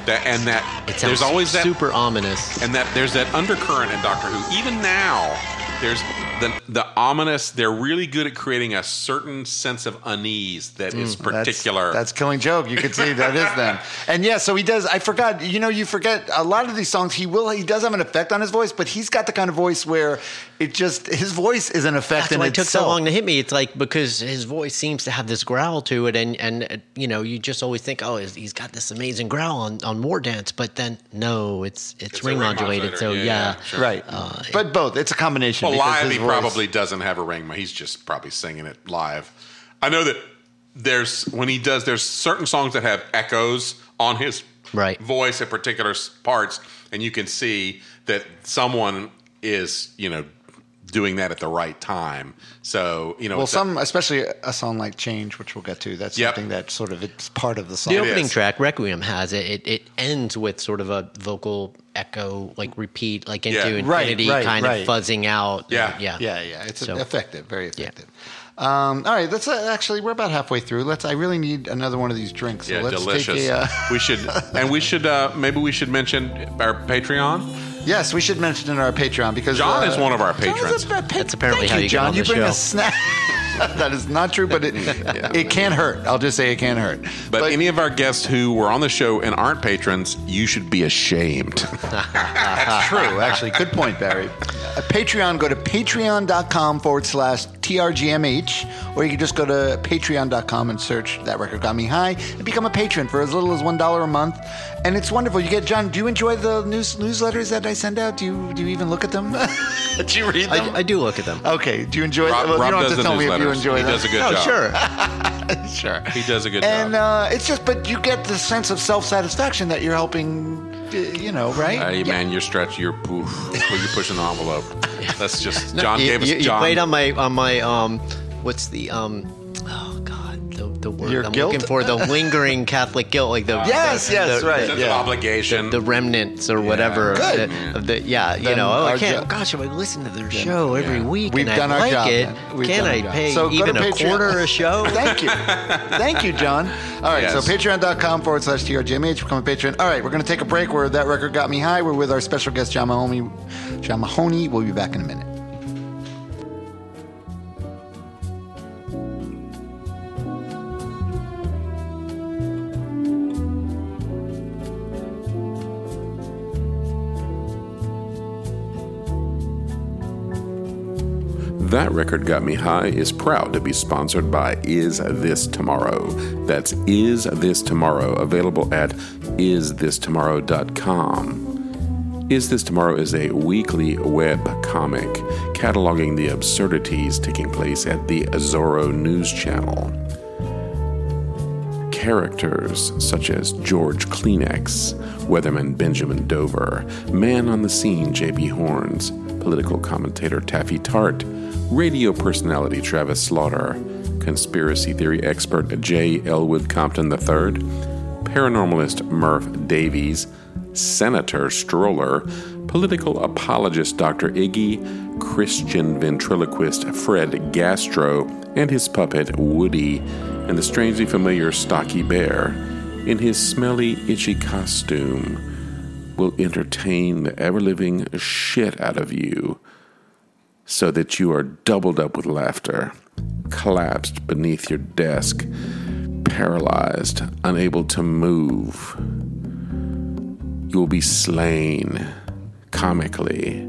that, and that
It sounds
there's always that,
super ominous.
and that there's that undercurrent in Doctor Who. Even now, there's the the ominous. They're really good at creating a certain sense of unease that is
Mm,
That's-
particular.
That's, killing joke. You can see that is them. And yeah, so he does. I forgot. You know, you forget a lot of these songs. He will. He does have an effect on his voice, but he's got the kind of voice where it just his voice is an effect
That's
in
why it took
itself.
so long to hit me. It's like because his voice seems to have this growl to it, and and uh, you know you just always think, oh, he's- he's got this amazing growl on on War Dance, but then no, it's it's,
It's a
ring
ring
modulated.
modulator.
So
Yeah,
yeah,
yeah, sure.
Right,
Oh,
but both. It's a combination.
Well,
because
live,
his
he
voice-
probably doesn't have a ring. but He's just probably singing it live. I know that there's when he does. There's certain songs that have echoes on his
Right.
voice at particular s- parts, and you can see that someone is you know doing that at the right time. So you know,
Well,
it's a-
some, especially a song like "Change," which we'll get to. That's
Yep.
something that sort of it's part of the song.
The opening
is.
track Requiem has it, it. It ends with sort of a vocal echo, like repeat, like into
Yeah.
Right,
infinity,
right,
kind
right.
of fuzzing out.
Yeah.
yeah,
Yeah, yeah, it's
So-
effective, very effective. Um, all right, let's uh, actually we're about halfway through. Let's. I really need another one of these drinks. So
yeah,
let's
delicious.
Take a, uh,
we should and we should uh, maybe we should mention our Patreon.
Yes, we should mention in our Patreon because
John
uh,
is one of our
John's
patrons.
a pa- pa-
That's apparently
Thank
how you get
John.
on
you
the
bring
show.
a snack. that is not true, but it it can hurt. I'll just say it can hurt.
But, any of our guests who were on the show and aren't patrons, you should be ashamed.
That's true, actually. Good point, Barry. Uh, Patreon, go to patreon.com forward slash TRGMH, or you can just go to patreon.com and search That Record Got Me High and become a patron for as little as $1 a month. And it's wonderful. You get, John, do you enjoy the news, newsletters that I send out? Do you, do you even look at them? do you read them?
I, I do look at them.
okay, do you enjoy them? Well, you don't have to
the
tell me if you
newsletters.
enjoy
he
them.
does a good
oh,
job.
sure.
sure.
He does a good
And
job.
uh, it's just, but you get the sense of self satisfaction that you're helping, uh, you know, right?
hey man, you're stretching. You're poof. You're pushing the envelope. That's just John
you,
gave us
you- you
John.
played on my on my um, what's the um, oh god, the, the word
Your
I'm
guilt?
looking for, the lingering Catholic guilt, like the
Yes,
the-
yes,
the-
right.
Sense of
yeah.
obligation.
the remnants or whatever. of
Good.
the- Of the, yeah, you
Then
know, oh,
our
I can't.
jo-
gosh, if I listen to their show every week
We've
and
done
I
our
like
job,
it,
man. We've
can
done our
I
job.
pay
So go to
even a
Patreon.
quarter a show?
Oh, Thank you. Thank you, John. All right, so
Yes.
patreon.com forward slash TRJMH, become a patron. All right, we're going to take a break where That Record Got Me High. We're with our special guest, John Mahoney. John Mahoney. We'll be back in a minute.
That Record Got Me High is proud to be sponsored by Is This Tomorrow. That's Is This Tomorrow, available at isthistomorrow.com. Is This Tomorrow is a weekly web comic cataloging the absurdities taking place at the Azoro News Channel. Characters such as George Kleenex, Weatherman Benjamin Dover, Man on the Scene J.B. Horns, political commentator Taffy Tart, radio personality Travis Slaughter, conspiracy theory expert J. Elwood Compton III, paranormalist Murph Davies, Senator Stroller, political apologist Dr. Iggy, Christian ventriloquist Fred Gastro, and his puppet Woody, and the strangely familiar Stocky Bear, in his smelly, itchy costume, will entertain the ever living shit out of you so that you are doubled up with laughter, collapsed beneath your desk, paralyzed, unable to move you will be slain comically,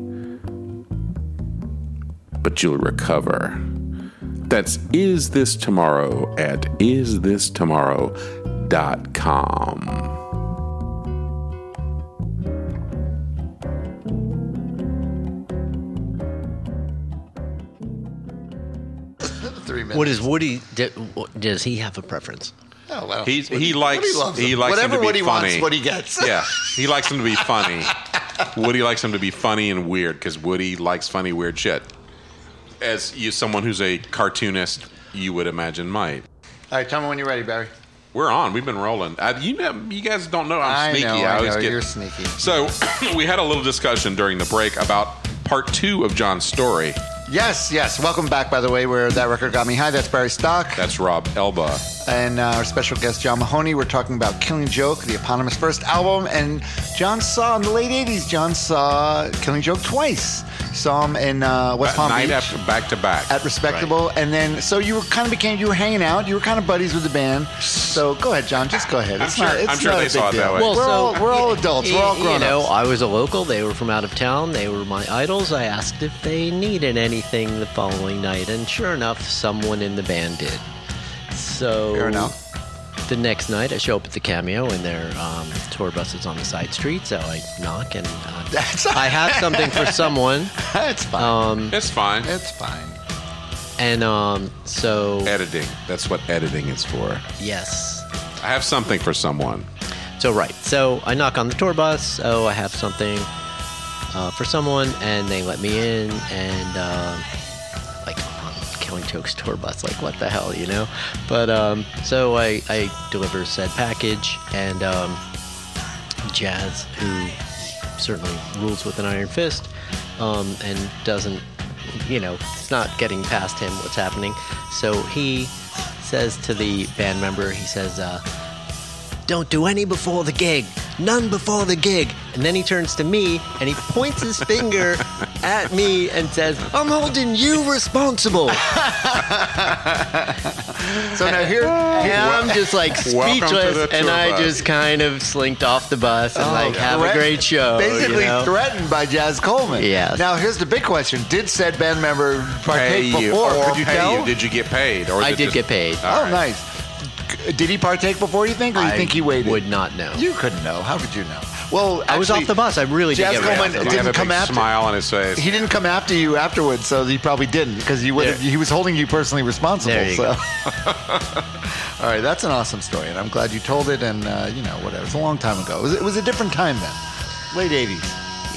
but you'll recover. That's is this tomorrow at isthistomorrow.com.
Three minutes.
What is Woody? Did, what- does he have a preference?
Oh, well,
He's-
Woody-
he likes-
Woody loves
he
him.
likes him
Whatever
to be
Woody wants,
funny.
Woody gets.
yeah, he likes them to be funny. Woody likes them to be funny and weird because Woody likes funny, weird shit. As you, someone who's a cartoonist, you would imagine might.
All right, tell me when you're ready, Barry.
We're on. We've been rolling. I, you know, you guys don't know I'm
I
sneaky.
know, I
always
know,
get
you're sneaky.
So we had a little discussion during the break about part two of John's story.
Yes, yes. Welcome back, by the way, where That Record Got Me High. That's Barry Stock.
That's Rob Elba.
and uh, our special guest John Mahoney. We're talking about Killing Joke, the eponymous first album, and John saw in the late '80s. John saw Killing Joke twice. Saw him in uh, West Palm
night
Beach
after back to back.
at Respectable, and then so you were kind of became you were hanging out. You were kind of buddies with the band. So go ahead, John. Just go ahead.
I'm sure- I'm sure
not
they
a big
saw it
deal.
that way. Well,
we're, all, we're all
y-
adults.
y-
We're all grown
You know,
ups.
I was a local. They were from out of town. They were my idols. I asked if they needed anything the following night, and sure enough, someone in the band did. So
Fair enough.
The next night, I show up at the cameo, and their um, tour bus is on the side street. So I knock, and uh,
That's-
I have something for someone.
That's fine.
Um,
it's fine.
it's fine.
and um, so
Editing. That's what editing is for.
yes,
I have something for someone.
So right, so I knock on the tour bus. Oh, I have something uh, for someone, and they let me in, and um like on Killing Joke's tour bus, like what the hell, you know? But um, so I I deliver said package, and um, Jazz, who certainly rules with an iron fist, um, and doesn't, you know, it's not getting past him what's happening. So he says to the band member, he says. Uh, don't do any before the gig. None before the gig. And then he turns to me and he points his finger at me and says, I'm holding you responsible.
So now here,
And I'm just like
Welcome to the
speechless
tour
and I
bus.
just kind of slinked off the bus and Oh, like, have
Oh, threat-
a great show. you
Basically
know?
threatened by Jazz Coleman.
Yes.
Now here's the big question: Did said band member
Pay
partake
you
before?
or
Oh,
Could you
pay
tell?
you? Did you get paid? Or
I
is it
did
just-
get paid.
All
oh,
right.
nice. Did he partake before you think, or you
I
think he waited?
Would not know.
You couldn't know. How could you know? Well,
I was
actually,
off the bus. I really did
Jazz
get ran
Coleman
off the
He
bus.
had
didn't
a
come
big
after.
smile on his face.
He didn't come after you afterwards, so he probably didn't because he would
There-
have he was holding you personally responsible.
There you
so. All right, that's an awesome story, and I'm glad you told it. And uh, you know, whatever. It's a long time ago. It was, it was a different time then, late '80s.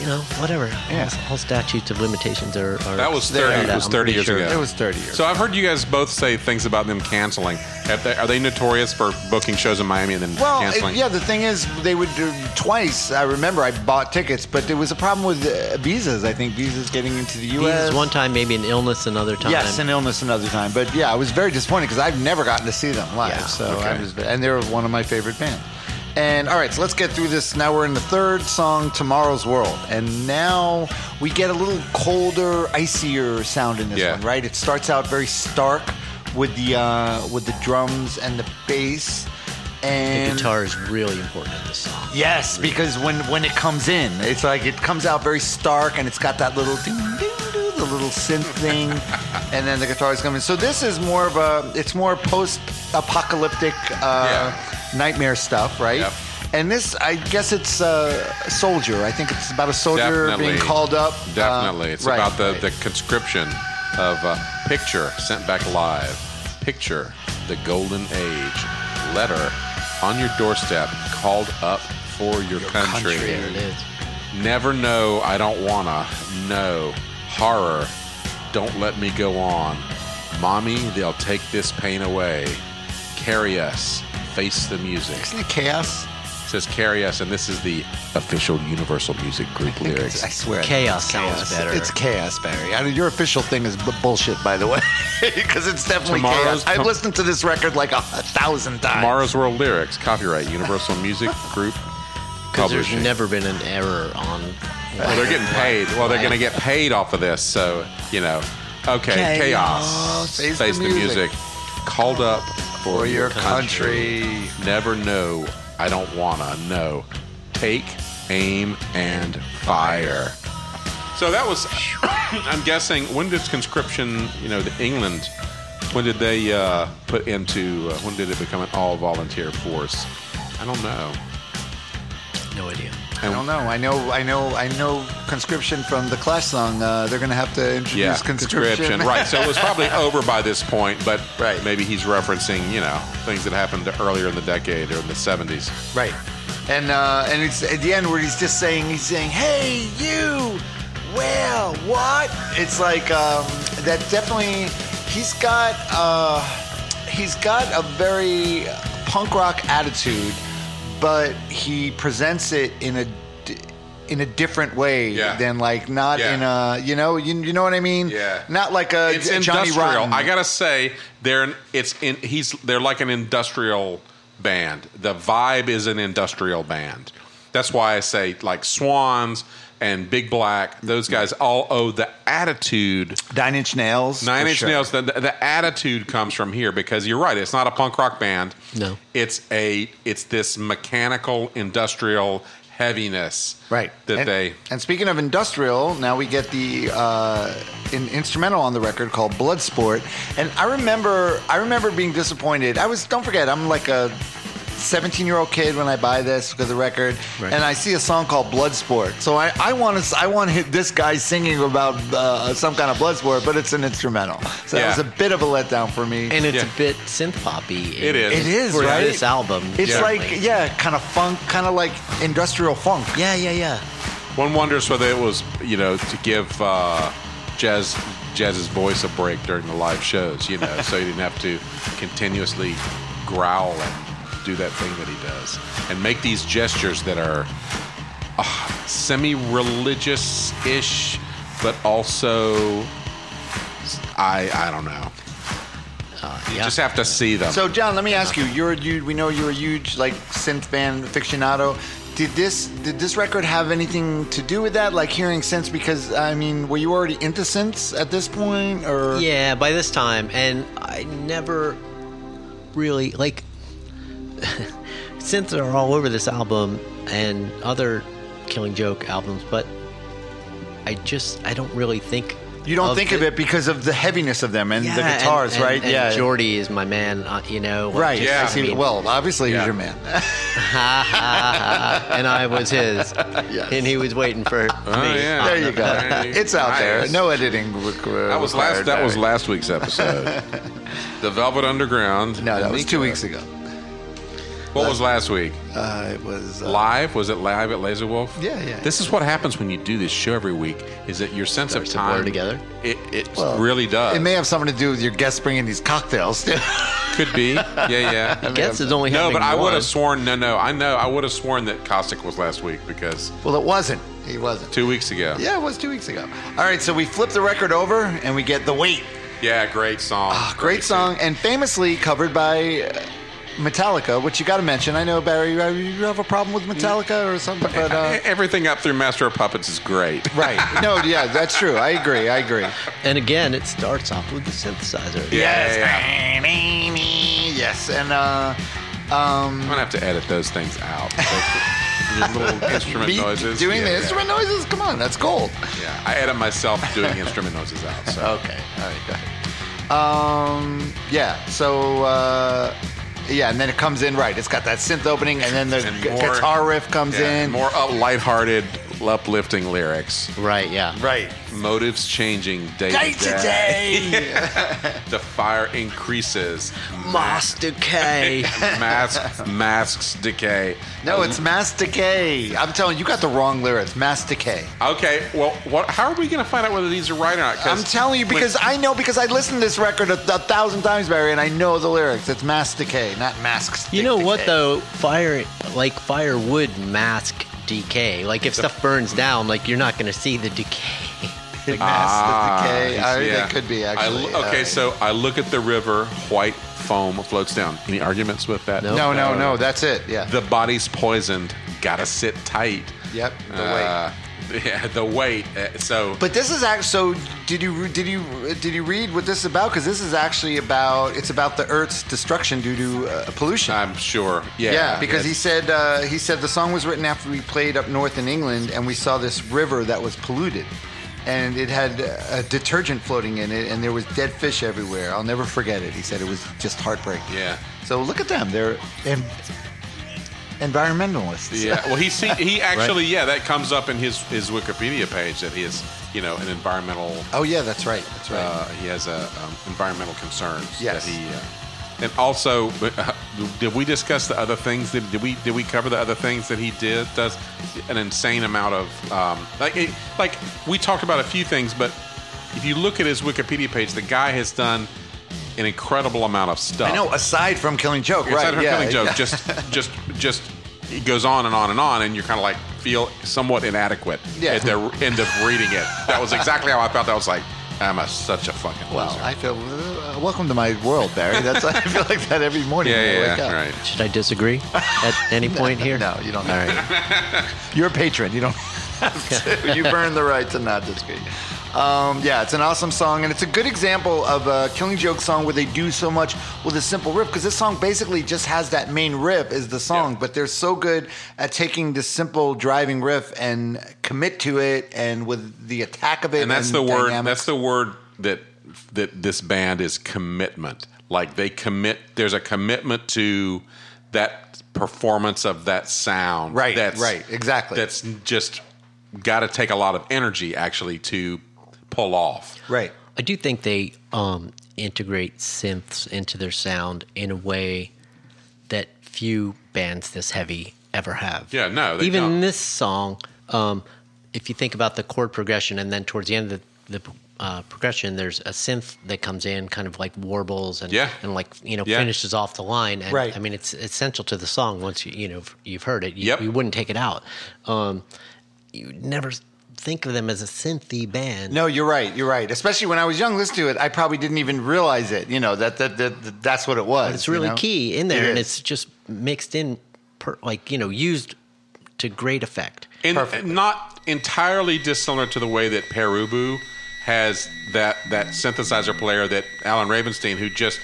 you know, whatever.
Yeah.
All, all statutes of limitations are. are
That was
there
30
that
was
I'm
30
pretty
years ago.
It was 30 years.
So I've heard you guys both say things about them canceling. Have they- Are they notorious for booking shows in Miami and then
Well, it-
canceling?
yeah, the thing is, they would do twice. I remember I bought tickets, but there was a problem with uh, visas. I think visas getting into the U.S.
These is one time, maybe an illness another time.
Yes, an illness another time. But yeah, I was very disappointed because I've never gotten to see them live.
Yeah,
so
okay.
I was, and they're one of my favorite bands. And all right, so let's get through this. Now we're in the third song, "Tomorrow's World," and now we get a little colder, icier sound in this
Yeah.
one, right? It starts out very stark with the uh, with the drums and the bass
the
and
guitar is really important in this song.
Yes, because when when it comes in, it's like it comes out very stark, and it's got that little ding, ding, doo, the little synth thing, and then the guitars come in. So this is more of a it's more post-apocalyptic uh, nightmare stuff, right?
Yep.
And this, I guess, it's uh, soldier. I think it's about a soldier
Definitely.
being called up. uh,
Definitely. it's
right,
about the,
right.
the conscription of uh, picture sent back live. Picture the golden age. Letter on your doorstep called up for your, country.
There it is.
Never know, I don't wanna. No. Horror. Don't let me go on. Mommy, they'll take this pain away. Carry us. Face the music.
Isn't it chaos?
It says carry us, and this is the official Universal Music Group
I think it's-
lyrics.
I swear.
Chaos
it's
sounds better.
It's chaos, Barry. I mean, your official thing is b- bullshit, by the way, because it's definitely
Tomorrow's
chaos. I've
tom-
listened to this record like a, a thousand times.
Tomorrow's World lyrics, copyright Universal Music Group.
Because there's
Publishing.
never been an error on.
Well, they're getting paid. Well, they're going to get paid off of this, so you know. Okay, chaos.
Chaos. Face the
the
music.
Oh, music. Called up for,
for
your
your
country.
country.
Never know. I don't wanna know. Take aim and fire. So that was. I'm guessing when did conscription? You know, the England. When did they uh, put into? Uh, when did it become an all-volunteer force? I don't know.
No idea.
I don't know. I know. I know. I know. Conscription from the Clash song. Uh, they're going to have to introduce
Yeah,
conscription.
Right. So it was probably over by this point, but maybe he's referencing you know things that happened earlier in the decade or in the 70s.
Right. And uh, and it's at the end where he's just saying he's saying, "Hey, you, well, what?" It's like um, that. Definitely, he's got uh, he's got a very punk rock attitude, but he presents it in a di- in a different way
Yeah.
than like not
Yeah.
in a you know you, you know what I mean?
Yeah.
Not like a
it's
J- Uh, Johnny
industrial.
Rotten.
I gotta say, they're an, it's in, he's they're like an industrial band. The vibe is an industrial band. That's why I say like Swans and Big Black. Those guys all owe the attitude.
Nine Inch Nails.
Nine
for
Inch
sure.
Nails. The, the, the attitude comes from here because you're right. It's not a punk rock band.
No.
it's a it's this mechanical industrial heaviness.
Right.
That
and,
they
And speaking of industrial, now we get the uh, an instrumental on the record called Bloodsport. And I remember, I remember being disappointed. I was, don't forget, I'm like a 17 year old kid when I buy this because the record,
Right.
and I see a song called Bloodsport. So I, I want to, I want to hit this guy singing about uh, some kind of Bloodsport, but it's an instrumental. So
Yeah.
that was a bit of a letdown for me.
And it's
Yeah.
a bit synth poppy.
It is.
it is
for
right.
this album.
It's
Yeah.
like yeah, kind of funk, kind of like industrial funk.
yeah, yeah, yeah.
One wonders whether it was, you know, to give uh, jazz jazz's voice a break during the live shows, you know, so he didn't have to continuously growl and do that thing that he does, and make these gestures that are uh, semi-religious-ish, but also, I I don't know. You
yeah.
just have to see them.
So, John, let me ask you. You're a huge, we know you're a huge like synth fan aficionado. Did this did this record have anything to do with that? Like hearing synths? Because I mean, were you already into synths at this point, or
Yeah, by this time, and I never really like synths are all over this album and other Killing Joke albums, but I just I don't really think
You don't
of
think
the-
of it because of the heaviness of them and the
Yeah, and-
guitars,
and-
right?
and
yeah.
Jordy is my man. Uh, you know. like,
Right.
just-
Yeah.
I see.
mean-
well, obviously
Yeah.
he's your man.
and I was his, and he was waiting for me.
Oh, yeah.
there you go.
Nice.
It's out there.
Nice.
No editing. re- re-
That was last.
required,
That was
Barry.
last week's episode. the Velvet Underground.
No, that was two
Nika.
weeks ago.
What was last week?
Uh, it was. Uh,
Live? Was it live at Laser Wolf?
Yeah, yeah.
This is what happens when you do this show every week. Is that your sense
Starts
of
to blur
time
together.
It, it
well,
really does.
It may have something to do with your guests bringing these cocktails. too.
could be. Yeah, yeah.
Guess is only
no,
having
but I would
one.
have sworn. No, no. I know. I would have sworn that Caustic was last week because
well, it wasn't. He wasn't.
two weeks ago.
Yeah, it was two weeks ago. All right, so we flip the record over and we get the weight.
Yeah, great song. E,
Ah, great song, and famously covered by uh, Metallica, which you got to mention. I know Barry, uh, you have a problem with Metallica or something, but uh,
Everything up through Master of Puppets is great.
right? No, yeah, that's true. I agree. I agree.
And again, it starts off with the synthesizer.
Yeah, yeah.
Yes, and uh,
I'm
um,
gonna have to edit those things out. Those little instrument
me
noises.
doing
Yeah,
the
yeah.
instrument noises. Come on, that's gold.
Yeah, I edit myself doing instrument noises out. So.
Okay. All right. Go ahead. Um. Yeah. So. Uh, yeah, and then it comes in right. It's got that synth opening, and then the
And
gu-
more-
guitar riff comes
Yeah,
in.
more up, lighthearted, uplifting lyrics.
Right. Yeah.
right.
Motives changing day,
Day
to day. The fire increases.
Mass Decay.
Masks, masks decay.
No, it's Mass Decay. I'm telling you, you got the wrong lyrics. Mass Decay.
Okay, well, what? How are we gonna find out whether these are right or not? 'Cause
I'm telling you because I know because I listened to this record a, a thousand times, Barry, and I know the lyrics. It's Mass Decay, not Masks.
You know what though? Fire like fire would mask decay. Like if stuff burns down, like you're not gonna see the decay.
Mass
Ah,
Decay. I,
yeah.
That uh, could be
I
actually.
l- okay,
Uh,
so I look at the river, white foam floats down. Any arguments with that?
No.
No, no,
uh,
no. That's it. Yeah.
The body's poisoned. Gotta sit tight.
Yep, the
Uh, yeah, the weight. Uh, so
But this is act. So did you re- did you uh, did you read what this is about? Because this is actually about it's about the Earth's destruction due to uh, pollution.
I'm sure. Um, Yeah.
yeah, because he
it's-
said uh, he said the song was written after we played up north in England and we saw this river that was polluted, and it had uh, a detergent floating in it, and there was dead fish everywhere. I'll never forget it. He said it was just heartbreaking.
Yeah.
So look at them. They're en- environmentalists.
Yeah. Well, he see, he actually yeah that comes up in his his Wikipedia page that he is you know an environmental
Oh yeah, that's right. That's right.
uh, he has a um, environmental concerns.
Yes.
That he, uh, and also, but, uh, did we discuss the other things? Did, did we did we cover the other things that he did? Does an insane amount of um, like it, like we talked about a few things, but if you look at his Wikipedia page, the guy has done an incredible amount of stuff.
I know. Aside from Killing Joke,
It's
right?
not her
yeah,
killing joke.
yeah.
Just, just, just. It goes on and on and on, and you're kind of like feel somewhat inadequate
Yeah.
at the end of reading it. That was exactly how I felt. I was like, I'm a, such a fucking
Well,
loser.
I feel uh, welcome to my world, Barry. That's I feel like that every morning.
yeah,
when I
yeah,
wake up.
yeah right.
Should I disagree at any point here?
No, you don't. All right. You're a patron. You don't have to. You burn the right to not disagree. Um, yeah, it's an awesome song, and it's a good example of a Killing Joke song where they do so much with a simple riff. Because this song basically just has that main riff is the song,
Yeah.
but they're so good at taking this simple driving riff and commit to it, and with the attack of it.
And that's the word.
dynamics.
That's the word that that this band is commitment. Like they commit. There's a commitment to that performance of that sound.
Right,
That's,
right, exactly.
That's just got to take a lot of energy actually to pull off.
right.
I do think they um, integrate synths into their sound in a way that few bands this heavy ever have.
Yeah, no, they
even
don't.
this song, um, if you think about the chord progression, and then towards the end of the, the uh, progression, there's a synth that comes in, kind of like warbles and
Yeah.
and like you know
Yeah.
finishes off the line. And,
Right.
I mean, it's essential to the song. Once you you know you've heard it, you,
Yep.
you wouldn't take it out. Um, you would never think of them as a synthy band.
No, you're right. You're right. Especially when I was young, listen to it. I probably didn't even realize it. You know that that, that, that that's what it was.
It's
you
really
know?
key in there,
It
and
is.
it's just mixed in, per, like you know, used to great effect.
And
Perfect.
not entirely dissimilar to the way that Perubu has that that synthesizer player that Alan Ravenstein, who just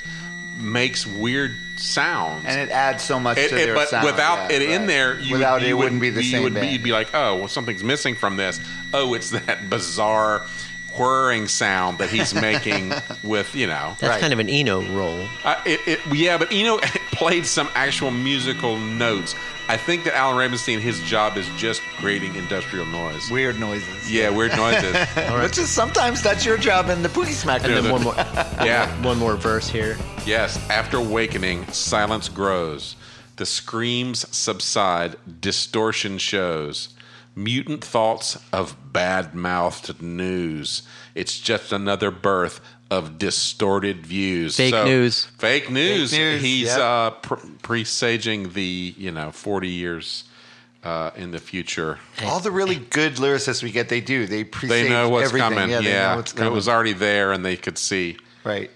makes weird sounds.
and it adds so much
It-
to
it-
their
but
sound.
without
yeah,
it in
right.
there, you
without
would,
it
you
wouldn't be the
you
same
would
band.
Be, you'd be like, oh, well, something's missing from this. Oh, it's that bizarre whirring sound that he's making with you know
That's
Right.
kind of an Eno role.
uh, it, it, yeah, but Eno played some actual musical notes. I think that Alan Ravenstein, his job is just creating industrial noise.
Weird noises.
yeah, weird noises.
Which is sometimes that's your job in the Pootie Smacker.
Yeah,
And
the-
then one more,
yeah.
one more verse here.
Yes, after awakening, silence grows. The screams subside, distortion shows. Mutant thoughts of bad mouthed news. It's just another birth of distorted views.
Fake news.
Fake news.
Fake news,
He's
yep.
uh, pre- presaging the, you know, 40 years uh, in the future.
All the really good lyricists we get, they do. They
They
pre-save
know what's
everything.
coming.
Yeah,
Yeah.
they know what's
It
coming.
was already there and they could see.
Right.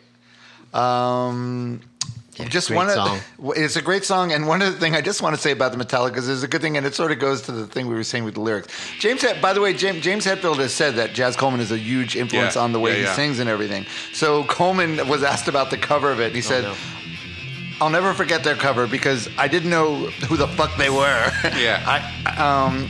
Um,
Yeah,
just
great
one. of-
song.
It's a great song, and one other thing I just want to say about the Metallica is there's a good thing, and it sort of goes to the thing we were saying with the lyrics. James, Het- by the way, James, James Hetfield has said that Jazz Coleman is a huge influence
Yeah,
on the way
yeah,
he
yeah.
sings and everything. So Coleman was asked about the cover of it. and He said.
Oh, no.
I'll never forget their cover because I didn't know who the fuck they were.
Yeah.
I um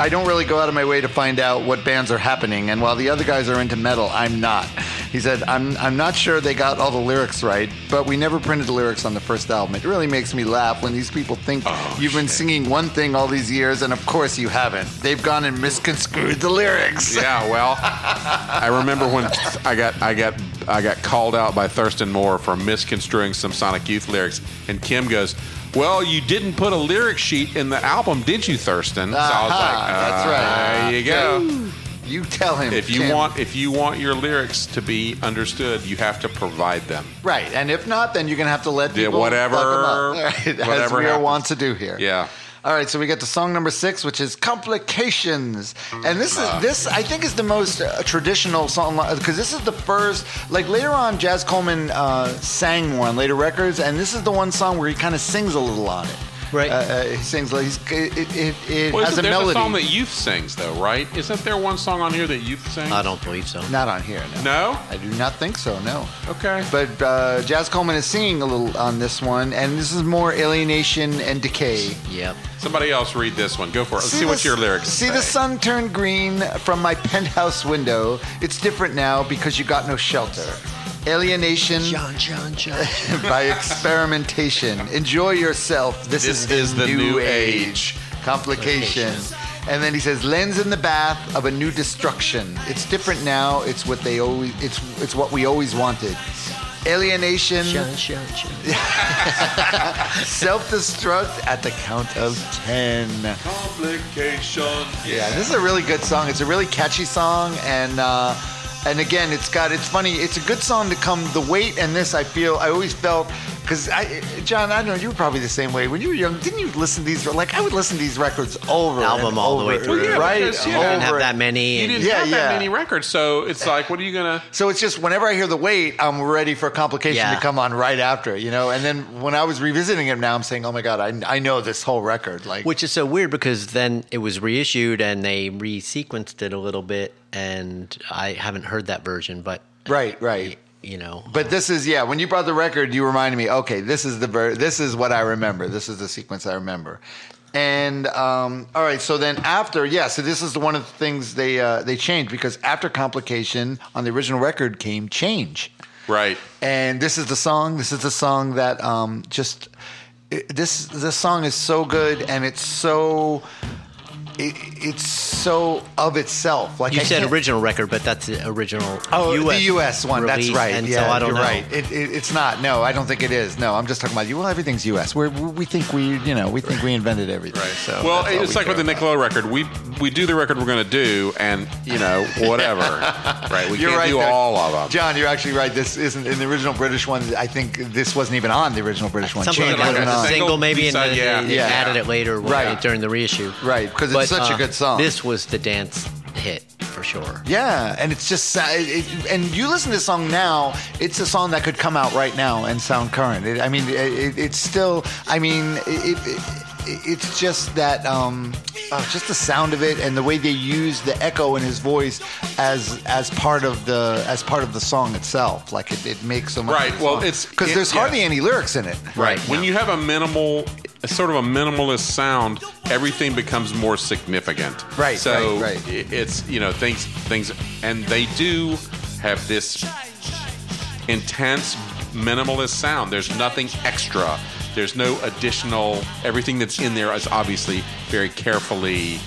I don't really go out of my way to find out what bands are happening, and while the other guys are into metal, I'm not. He said, I'm I'm not sure they got all the lyrics right, but we never printed the lyrics on the first album. It really makes me laugh when these people think
Oh,
you've been singing one thing all these years, and of course you haven't. They've gone and misconstrued the lyrics.
Yeah, well, I remember when I got I got I got called out by Thurston Moore for misconstruing some Sonic Youth lyrics, and Kim goes, "Well, you didn't put a lyric sheet in the album, did you, Thurston?" So I was
Aha,
like,
that's
"Uh,
right.
There you go.
You tell him
If you
Tim.
want if you want your lyrics to be understood, you have to provide them.
Right, and if not, then you're gonna have to let
Yeah,
people
whatever-
fuck 'em up. All right, as
whatever
we are
happens.
wont to do here.
Yeah.
All right, so we get to song number six, which is "Complications," and this
Ah.
is this I think is the most uh, traditional song because this is the first. Like later on, Jazz Coleman uh, sang more on later records, and this is the one song where he kind of sings a little on it.
Right.
uh, uh, he sings like he's, it, it, it, it
Well,
has
isn't
a
there
melody.
the song that Youth sings though, right? Isn't there one song on here that Youth sings?
I don't believe so.
Not on here. No.
No.
I do not think so. No.
Okay.
But uh, Jazz Coleman is singing a little on this one, and this is more alienation and decay.
Yep.
Somebody else read this one. Go for it. Let's see, what
the-
your lyrics
See
say.
the sun turn green from my penthouse window. It's different now because you got no shelter. Alienation
John, John, John.
by experimentation. Enjoy yourself. This,
This
is, the new, age. Complication. And then he says, "Lens in the bath of a new destruction. It's different now. It's what they always. It's it's what we always wanted. Alienation,
John, John, John.
self-destruct at the count of ten.
Complication.
Yeah, this is a really good song. It's a really catchy song, and uh, and again, it's got it's funny. It's a good song to come. The weight and this, I feel, I always felt because I, John, I know you were probably the same way when you were young. Didn't you listen to these? Like I would listen to these records over
Album
and
all the
over,
way through. Well, yeah,
right?
because, you
You didn't have
over
that many.
You
and-
didn't
Yeah,
have
yeah.
that many records, so it's like, what are you gonna?
So it's just whenever I hear the weight, I'm ready for complication
Yeah.
to come on right after, you know. And then when I was revisiting it now, I'm saying, oh my god, I, I know this whole record. Like,
Which is so weird because then it was reissued and they resequenced it a little bit, and I haven't heard that version, but
right, right.
you know,
But this is yeah. When you brought the record, you reminded me. Okay, this is the ver- this is what I remember. This is the sequence I remember. And um, all right, so then after yeah, so this is one of the things they uh, they changed because after complication on the original record came change.
Right.
And this is the song. This is the song that um, just it, this this song is so good and it's so it, it's so of itself. Like
you
I
said
can't-
original record, but that's the original.
Oh, the U.S. one. That's
release,
right.
And
yeah,
so I don't
you're
know.
right. It, it, it's not. No, I don't think it is. No, I'm just talking about you. Well, everything's U.S. We're, we we think we, you know, we think we invented everything.
Right.
So
well,
that's all
it's
we
like with the
care
Nick Lowe record. We we do the record we're gonna do, and you know whatever. right. We
You're
can't
right.
do
though.
all of them.
John, you're actually right. This isn't in the original British one. I think this wasn't even on the original British one.
Something
Change
like
wasn't
that.
on.
a single, maybe, and
B-side,
then
yeah.
they
Yeah.
added it later when-
Right.
during the reissue.
Right, 'cause it's
But, uh,
such a good song.
This was the dance hit for sure.
Yeah, and it's just uh, it, it- and you listen to this song now. It's a song that could come out right now and sound current. It, I mean, it, it, it's still. I mean, it, it, it's just that um, uh, just the sound of it and the way they use the echo in his voice as as part of the as part of the song itself. Like it, it makes so much.
Right, well, it's-
because
it-
there's hardly
yes.
any lyrics in it.
Right.
When you have a minimal it's sort of a minimalist sound, everything becomes more significant.
Right,
So
right, right.
i- it's you know things things, and they do have this intense minimalist sound. There's nothing extra. There's no additional. Everything that's in there is obviously very carefully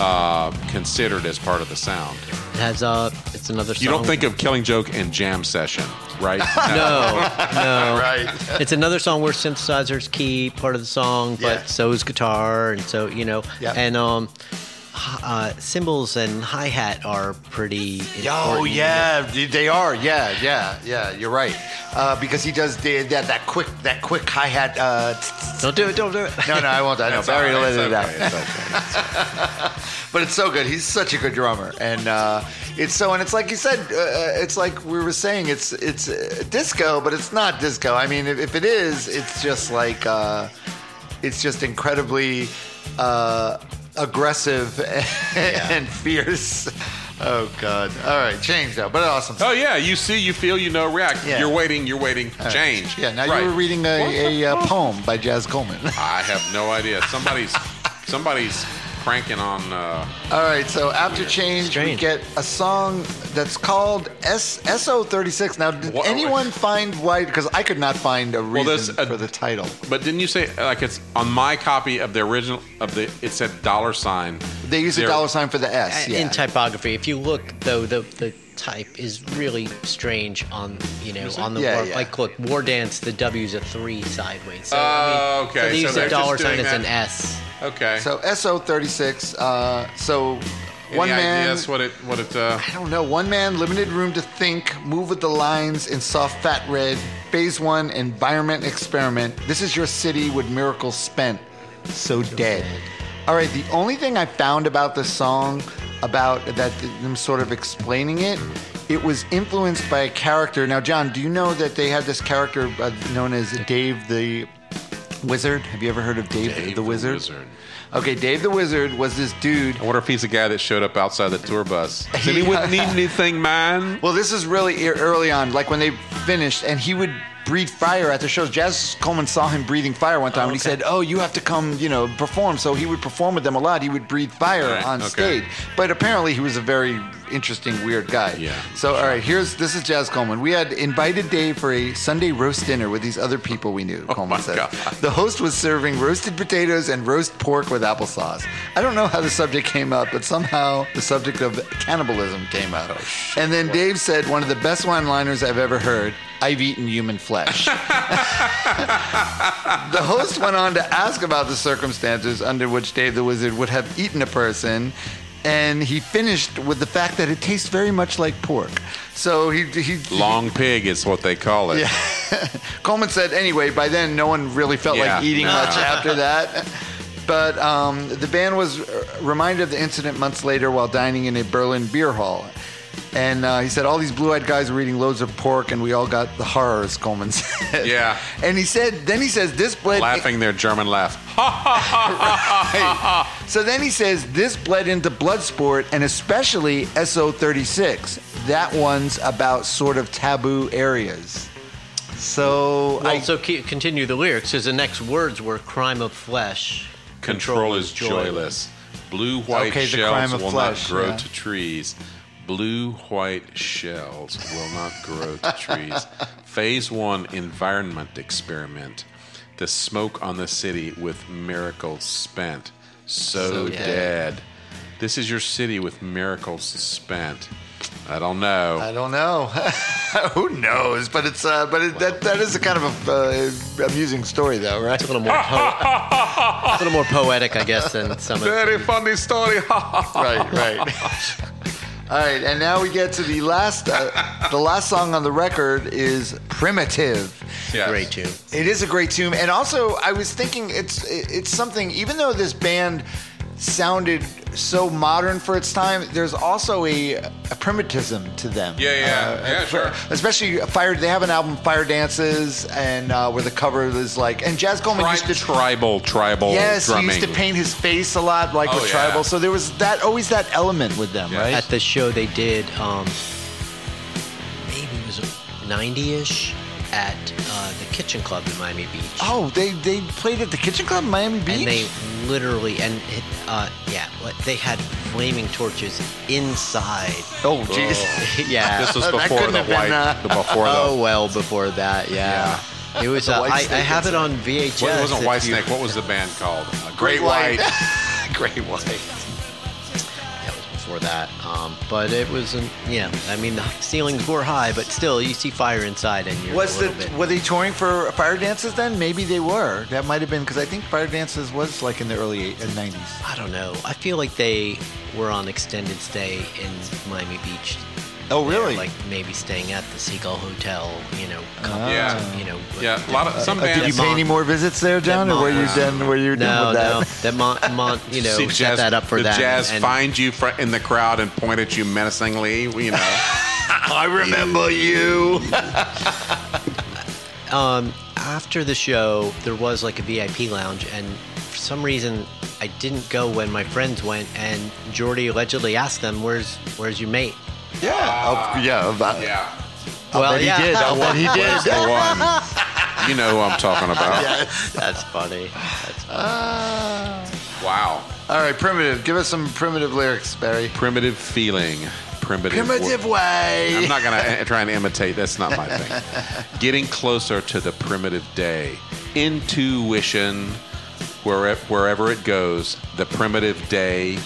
uh, considered as part of the sound.
It has uh, it's another. Song.
You don't think of Killing Joke and Jam Session, right?
No, no.
right.
It's another song where synthesizers key part of the song, but
Yeah.
so is guitar, and so you know,
Yeah.
and um, h- uh, cymbals and hi hat are pretty.
Oh
important.
yeah, they are. Yeah, yeah, yeah. You're right. Uh, because he does the, that that quick that quick hi hat. Uh, tss, tss.
Don't do it. Don't do it.
no, no, I won't. I know.
It's
Barry
all right,
let
it's
it out.
okay, it's okay.
But it's so good. He's such a good drummer, and uh, it's so. And it's like you said. Uh, it's like we were saying. It's it's uh, disco, but it's not disco. I mean, if, if it is, it's just like uh, it's just incredibly uh, aggressive and fierce. Oh God! All right, change though, but awesome.
Oh yeah, you see, you feel, you know, react.
Yeah.
You're waiting, you're waiting. Change.
Yeah, now
Right.
you were reading a, a, uh poem by Jazz Coleman.
I have no idea. Somebody's somebody's cranking on. Uh,
All right, so after change, we
Strange.
get a song that's called S- SO36. Now, did
Wha-
anyone find why? Because I could not find a reason
there's a-
for the title.
but didn't you say like it's on my copy of the original of the? It said dollar sign.
They use a
There-
dollar sign for the S.
Uh,
yeah.
In typography, if you look though, the the type is really strange on you know on the
Yeah,
war,
yeah.
like look war dance. The W's a three sideways. So,
Oh, okay,
So they
so
use
they're
a
just
dollar sign
doing
as an
that.
S.
Okay.
so SO36. Uh, so
Any
one man.
ideas what it what it? Uh,
I don't know. One man, limited room to think, move with the lines in soft fat red. Phase one, environment experiment. This is your city with miracles spent, so dead. All right. The only thing I found about this song, about that them sort of explaining it, it was influenced by a character. Now, John, do you know that they had this character uh, known as Dave the Wizard? Have you ever heard of Dave,
Dave
the
the
Wizard?
Wizard.
Okay, Dave the Wizard was this dude
I wonder if he's the guy that showed up outside the tour bus. Said he
Yeah.
wouldn't need anything, man.
Well, this is really e- early on, like when they finished, and he would breathe fire at the shows. Jazz Coleman saw him breathing fire one time, and he said, "Oh, you have to come, you know, perform." So he would perform with them a lot. He would breathe fire
Right,
on
okay.
stage, but apparently he was a very interesting, weird guy.
Yeah,
So all right, here's this is Jazz Coleman. We had invited Dave for a Sunday roast dinner with these other people we knew. Coleman
Oh my
said
God.
the host was serving roasted potatoes and roast pork with applesauce. I don't know how the subject came up, but somehow the subject of cannibalism came up.
Oh,
and then Dave said, one of the best one liners I've ever heard I've eaten human flesh. The host went on to ask about the circumstances under which Dave the Wizard would have eaten a person, and he finished with the fact that it tastes very much like pork. So he, he
Long pig is what they call it.
Coleman said, anyway, by then no one really felt
Yeah,
like eating
no.
much after that. But um, the band was uh, reminded of the incident months later while dining in a Berlin beer hall. And uh, he said, all these blue eyed guys were eating loads of pork, and we all got the horrors, Coleman said.
Yeah.
And he said, then he says, this bled.
Laughing their German laugh.
Right. So then he says, this bled into Bloodsport and especially SO36. That one's about sort of taboo areas. So
Well,
I.
so keep, continue the lyrics because the next words were crime of flesh.
Control is joyless. Blue white
Okay, the crime
shells
of
will
flesh,
not grow
yeah.
to trees. Blue white shells will not grow to trees. Phase one environment experiment. The smoke on the city with miracles spent. So,
dead.
dead. This is your city with miracles spent. I don't know.
I don't know. Who knows? But it's uh, but it, that that is a kind of a, uh, amusing story, though, right?
It's a little more. Po- it's a little more poetic, I guess, than some of.
Very funny story.
right, right. All right, and now we get to the last uh, the last song on the record is "Primitive."
Yes.
Great tune.
It is a great tune, and also I was thinking it's it's something. Even though this band sounded so modern for its time, there's also a, a primitivism to them.
Yeah, yeah. Yeah, sure.
Especially Fire. They have an album, Fire Dances, and uh, where the cover is like and Jazz Coleman
Tri-
used to
tribal, tribal
yes,
drumming.
he used to paint his face a lot like
Oh,
with
yeah.
tribal. So there was that always that element with them,
Yeah.
right?
At the show they did, um, maybe it was 90-ish. at uh, the Kitchen Club in Miami Beach.
Oh, they they played at the Kitchen Club, in Miami Beach.
And they literally, and it, uh, yeah, what- they had flaming torches inside.
oh, jeez.
yeah.
This was
That
before
couldn't
the
have been,
white,
uh,
before the.
oh well, before that, yeah. It was. Uh,
White
I, I
Snake
have it on VHS.
Well, it wasn't
if
White
you-
Snake. What was the band called? Uh, Great,
Great
White.
White.
Great White.
That was before that. Um, but it was, an, yeah. I mean, the ceilings were high, but still, you see fire inside, and you're
Was
a
the,
little bit.
were they touring for Fire Dances then? Maybe they were. That might have been because I think Fire Dances was like in the early eight- uh, 90s.
I don't know. I feel like they were on extended stay in Miami Beach.
Oh,
They were,
really?
Like maybe staying at the Seagull Hotel. You know. couple,
Yeah.
You know.
Yeah, a lot of some
Uh, did you
bands.
pay any more visits there, John, or were you
Monk-
done? Were you
No,
done with
no.
that?
That Mont, Mont you know,
See
set
jazz-
that up for
the
them.
jazz
and-
find you fr- in the crowd and point at you menacingly. You know,
I remember you.
um, after the show, there was like a VIP lounge, and for some reason, I didn't go when my friends went. And Jordy allegedly asked them, "Where's Where's your mate?"
Yeah, of- yeah, about,
yeah,
I'll
Well,
bet
yeah.
he did. I'll bet he
Where's
did.
the one? You know who I'm talking about.
That's funny. That's funny.
Ah.
Wow.
all right, primitive. Give us some primitive lyrics, Barry.
Primitive feeling. Primitive.
Primitive
wor-
way.
I'm not gonna uh, try and imitate. That's not my thing. Getting closer to the primitive day. Intuition. Wherever, wherever it goes, the primitive day,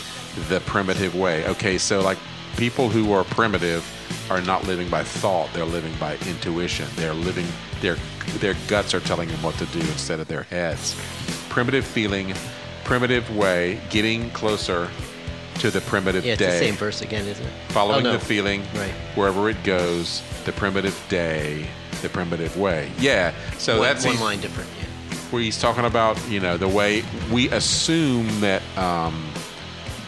the primitive way. Okay, so like people who are primitive are not living by thought; they're living by intuition. They're living their their guts are telling them what to do instead of their heads. Primitive feeling, primitive way, getting closer to the primitive
Yeah, it's
day
the same verse again, isn't it?
following
Oh, no.
the feeling
Right.
wherever it goes the primitive day the primitive way yeah so
one,
that's
one
he-
line different. Yeah.
where he's talking about you know the way we assume that um,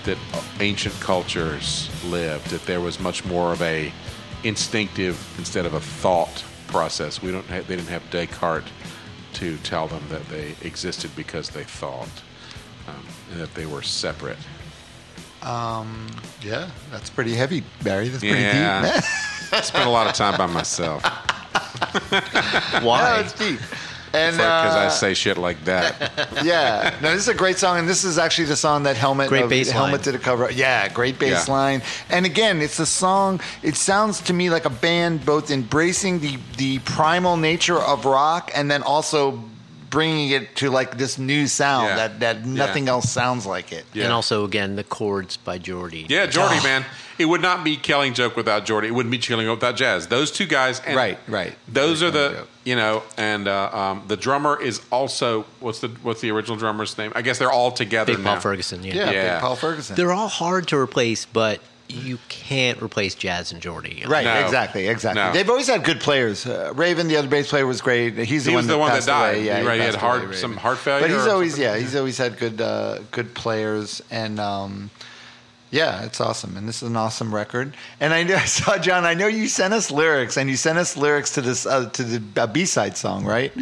that ancient cultures lived that there was much more of a instinctive instead of a thought process we don't have, they didn't have Descartes to tell them that they existed because they thought um, and that they were separate
Yeah, that's pretty heavy, Barry. That's pretty
yeah
deep.
I spent a lot of time by myself
no,
Why?
it's deep. And
because I
uh,
say shit like that.
yeah, no, this is a great song, and this is actually the song that Helmet
Great
of-
bass line.
Helmet did a cover. Yeah, great bass
Yeah.
line, and again, it's a song. It sounds to me like a band both embracing the the primal nature of rock and then also bringing it to like this new sound
Yeah.
that that nothing
Yeah.
else sounds like it.
Yeah.
And also again the chords by Jordy.
yeah, Jordy,
Oh.
man. It would not be Kelling Joke without Jordy. It wouldn't be Chilling Joke without Jazz. Those two guys. And
Right, right.
Those
Right,
are the,
Killing Joke.
you know, and uh, um, the drummer is also, what's the what's the original drummer's name? I guess they're all together
Big
now.
Paul Ferguson. Yeah.
Yeah,
Yeah.
Big Paul Ferguson.
They're all hard to replace, but you can't replace Jazz and Jordy.
Right,
No.
exactly, exactly.
No.
They've always had good players. Uh, Raven, the other bass player, was great. He's the
He
one
was the
that
one that
passed
died.
Away. Yeah,
Right, he had
passed
heart-
Raven.
some heart failure
But he's
or
always
something.
yeah, he's always had good uh, good players, and um, yeah, it's awesome. And this is an awesome record. And I, know, I saw John. I know you sent us lyrics, and you sent us lyrics to this uh, to the uh, B side song, right?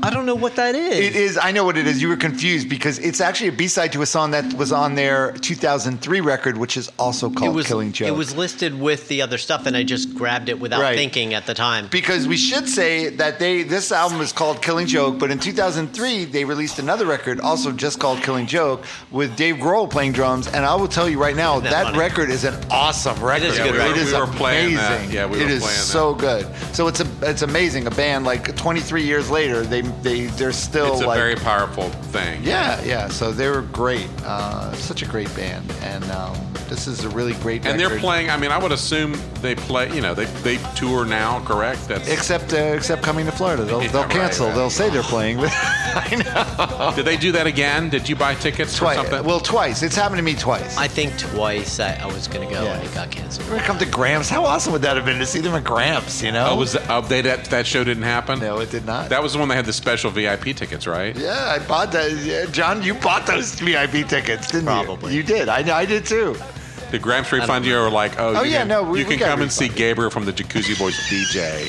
I don't know what that is.
It is. I know what it is. You were confused because it's actually a B side to a song that was on their 2003 record, which is also called
it was
Killing Joke.
It was listed with the other stuff, and I just grabbed it without
Right.
thinking at the time.
because we should say that they this album is called Killing Joke, but in 2003 they released another record also just called Killing Joke with Dave Grohl playing drums, and I will tell you right now that,
that funny?
record is an awesome record.
is a
Yeah,
good
we,
record.
Were,
It is
we were playing that.
amazing.
Yeah, we
It
were
is
playing
so good. So it's a it's amazing. A band like 23 years later, they they they're
that.
still
It's a
like
very powerful thing.
yeah yeah. So they were great. Uh, such a great band, and um, this is a really great.
And they're
record.
playing, I mean, I would assume they play, you know, they, they tour now, correct? That's
Except, uh, except coming to Florida, they'll,
Yeah,
they'll
right,
cancel.
right.
They'll say they're playing.
Did they do that again? Did you buy tickets
Twice.
for something?
Well, twice. It's happened to me twice.
I think twice I, I was going to go,
Yeah.
and it got canceled.
We're gonna come to Gramps. How awesome would that have been to see them at Gramps? You know?
oh, was that, oh, they, that, that show didn't happen?
no, it did not.
That was the one they had the special VIP tickets, right?
yeah, I bought that. Yeah, John, you bought those VIP tickets, didn't you?
Probably.
You did. I, I did too.
Did Gramps refund you or like, oh,
Oh,
you
yeah,
can,
no, we-
you
we
can
got
come and see
refunded.
Gabriel from the Jacuzzi Boys DJ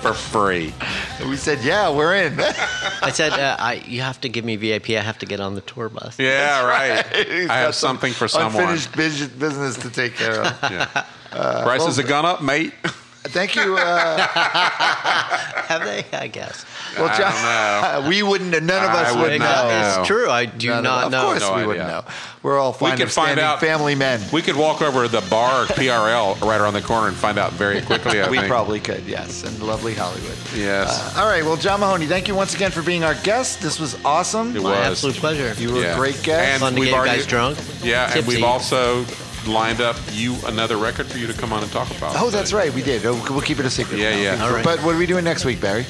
for free.
And we said, yeah, we're in.
I said, uh, I, you have to give me VIP. I have to get on the tour bus.
Yeah, right.
He's
I
got
have
some
something for someone. Uh,
Unfinished bus- business to take care of.
Yeah. Prices have gone up, mate.
Thank you. Uh,
Have they? I guess.
well, John, we wouldn't. None of us
I
would
would
know.
not
That
know.
is true. I do
None
not
of,
know.
Of course,
No
we
idea.
wouldn't know. We're all fine,
We could find
upstanding
out.
family men.
We could walk over to the bar PRL right around the corner and find out very quickly. I
We
think.
probably could, yes, in lovely Hollywood.
Yes.
Uh, all right, well, John Mahoney, thank you once again for being our guest. This was awesome.
It
My
was.
absolute pleasure.
You were
Yeah.
a great guest.
fun to
we've
get you
already-
guys drunk.
Yeah, and
tipsy.
we've also lined up you another record for you to come on and talk about.
Oh, that's right. We did. Oh, We'll keep it a secret.
Yeah,
now.
yeah.
All right.
But what are we doing next week, Barry?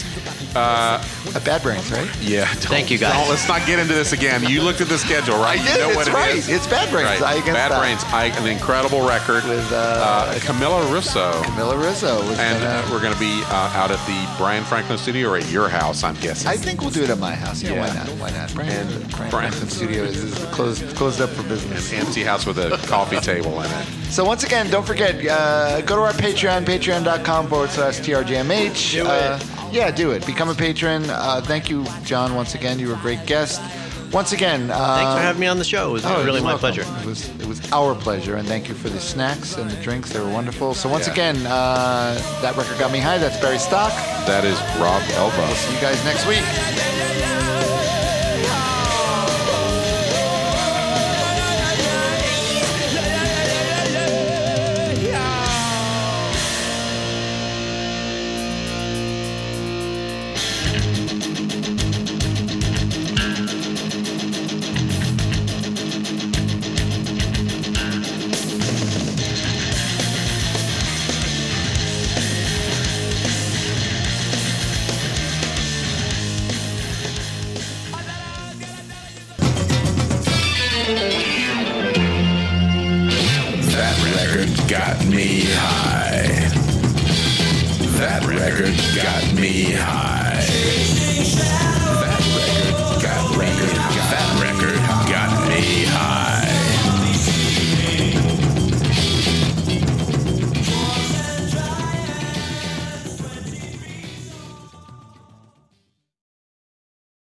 Uh, Bad Brains, right?
Yeah. don't-
Thank you, guys.
don't- let's not get into this again. You looked at the schedule, right?
I
You
did.
know
it's
what
right.
it is.
It's Bad Brains. I
Right.
against
Bad
that.
Brains. Ike, an incredible record
With, uh,
Camilla Russo.
Miller Rizzo. Was
And
gonna-
uh, we're going to be uh, out at the Brian Franklin Studio or at your house, I'm guessing.
I think we'll do it at my house. Yeah,
Yeah.
why not? Why not? And Brian
Brian.
Franklin Studios is closed, closed up for business.
Empty house with a coffee table in it.
So once again, don't forget, uh, go to our Patreon, patreon.com forward slash TRJMH.
Do it.
Uh, yeah, do it. Become a patron. Uh, thank you, John, once again. You were a great guest. Once again, uh,
Thanks for having me on the show. It was
Oh,
really
you're
my
welcome.
pleasure.
It was, it was our pleasure, and thank you for the snacks and the drinks. They were wonderful. So once
Yeah.
again, uh, that record got me high. That's Barry Stock.
That is Rob Elba.
See you guys next week.
That record got me high. That record got me high.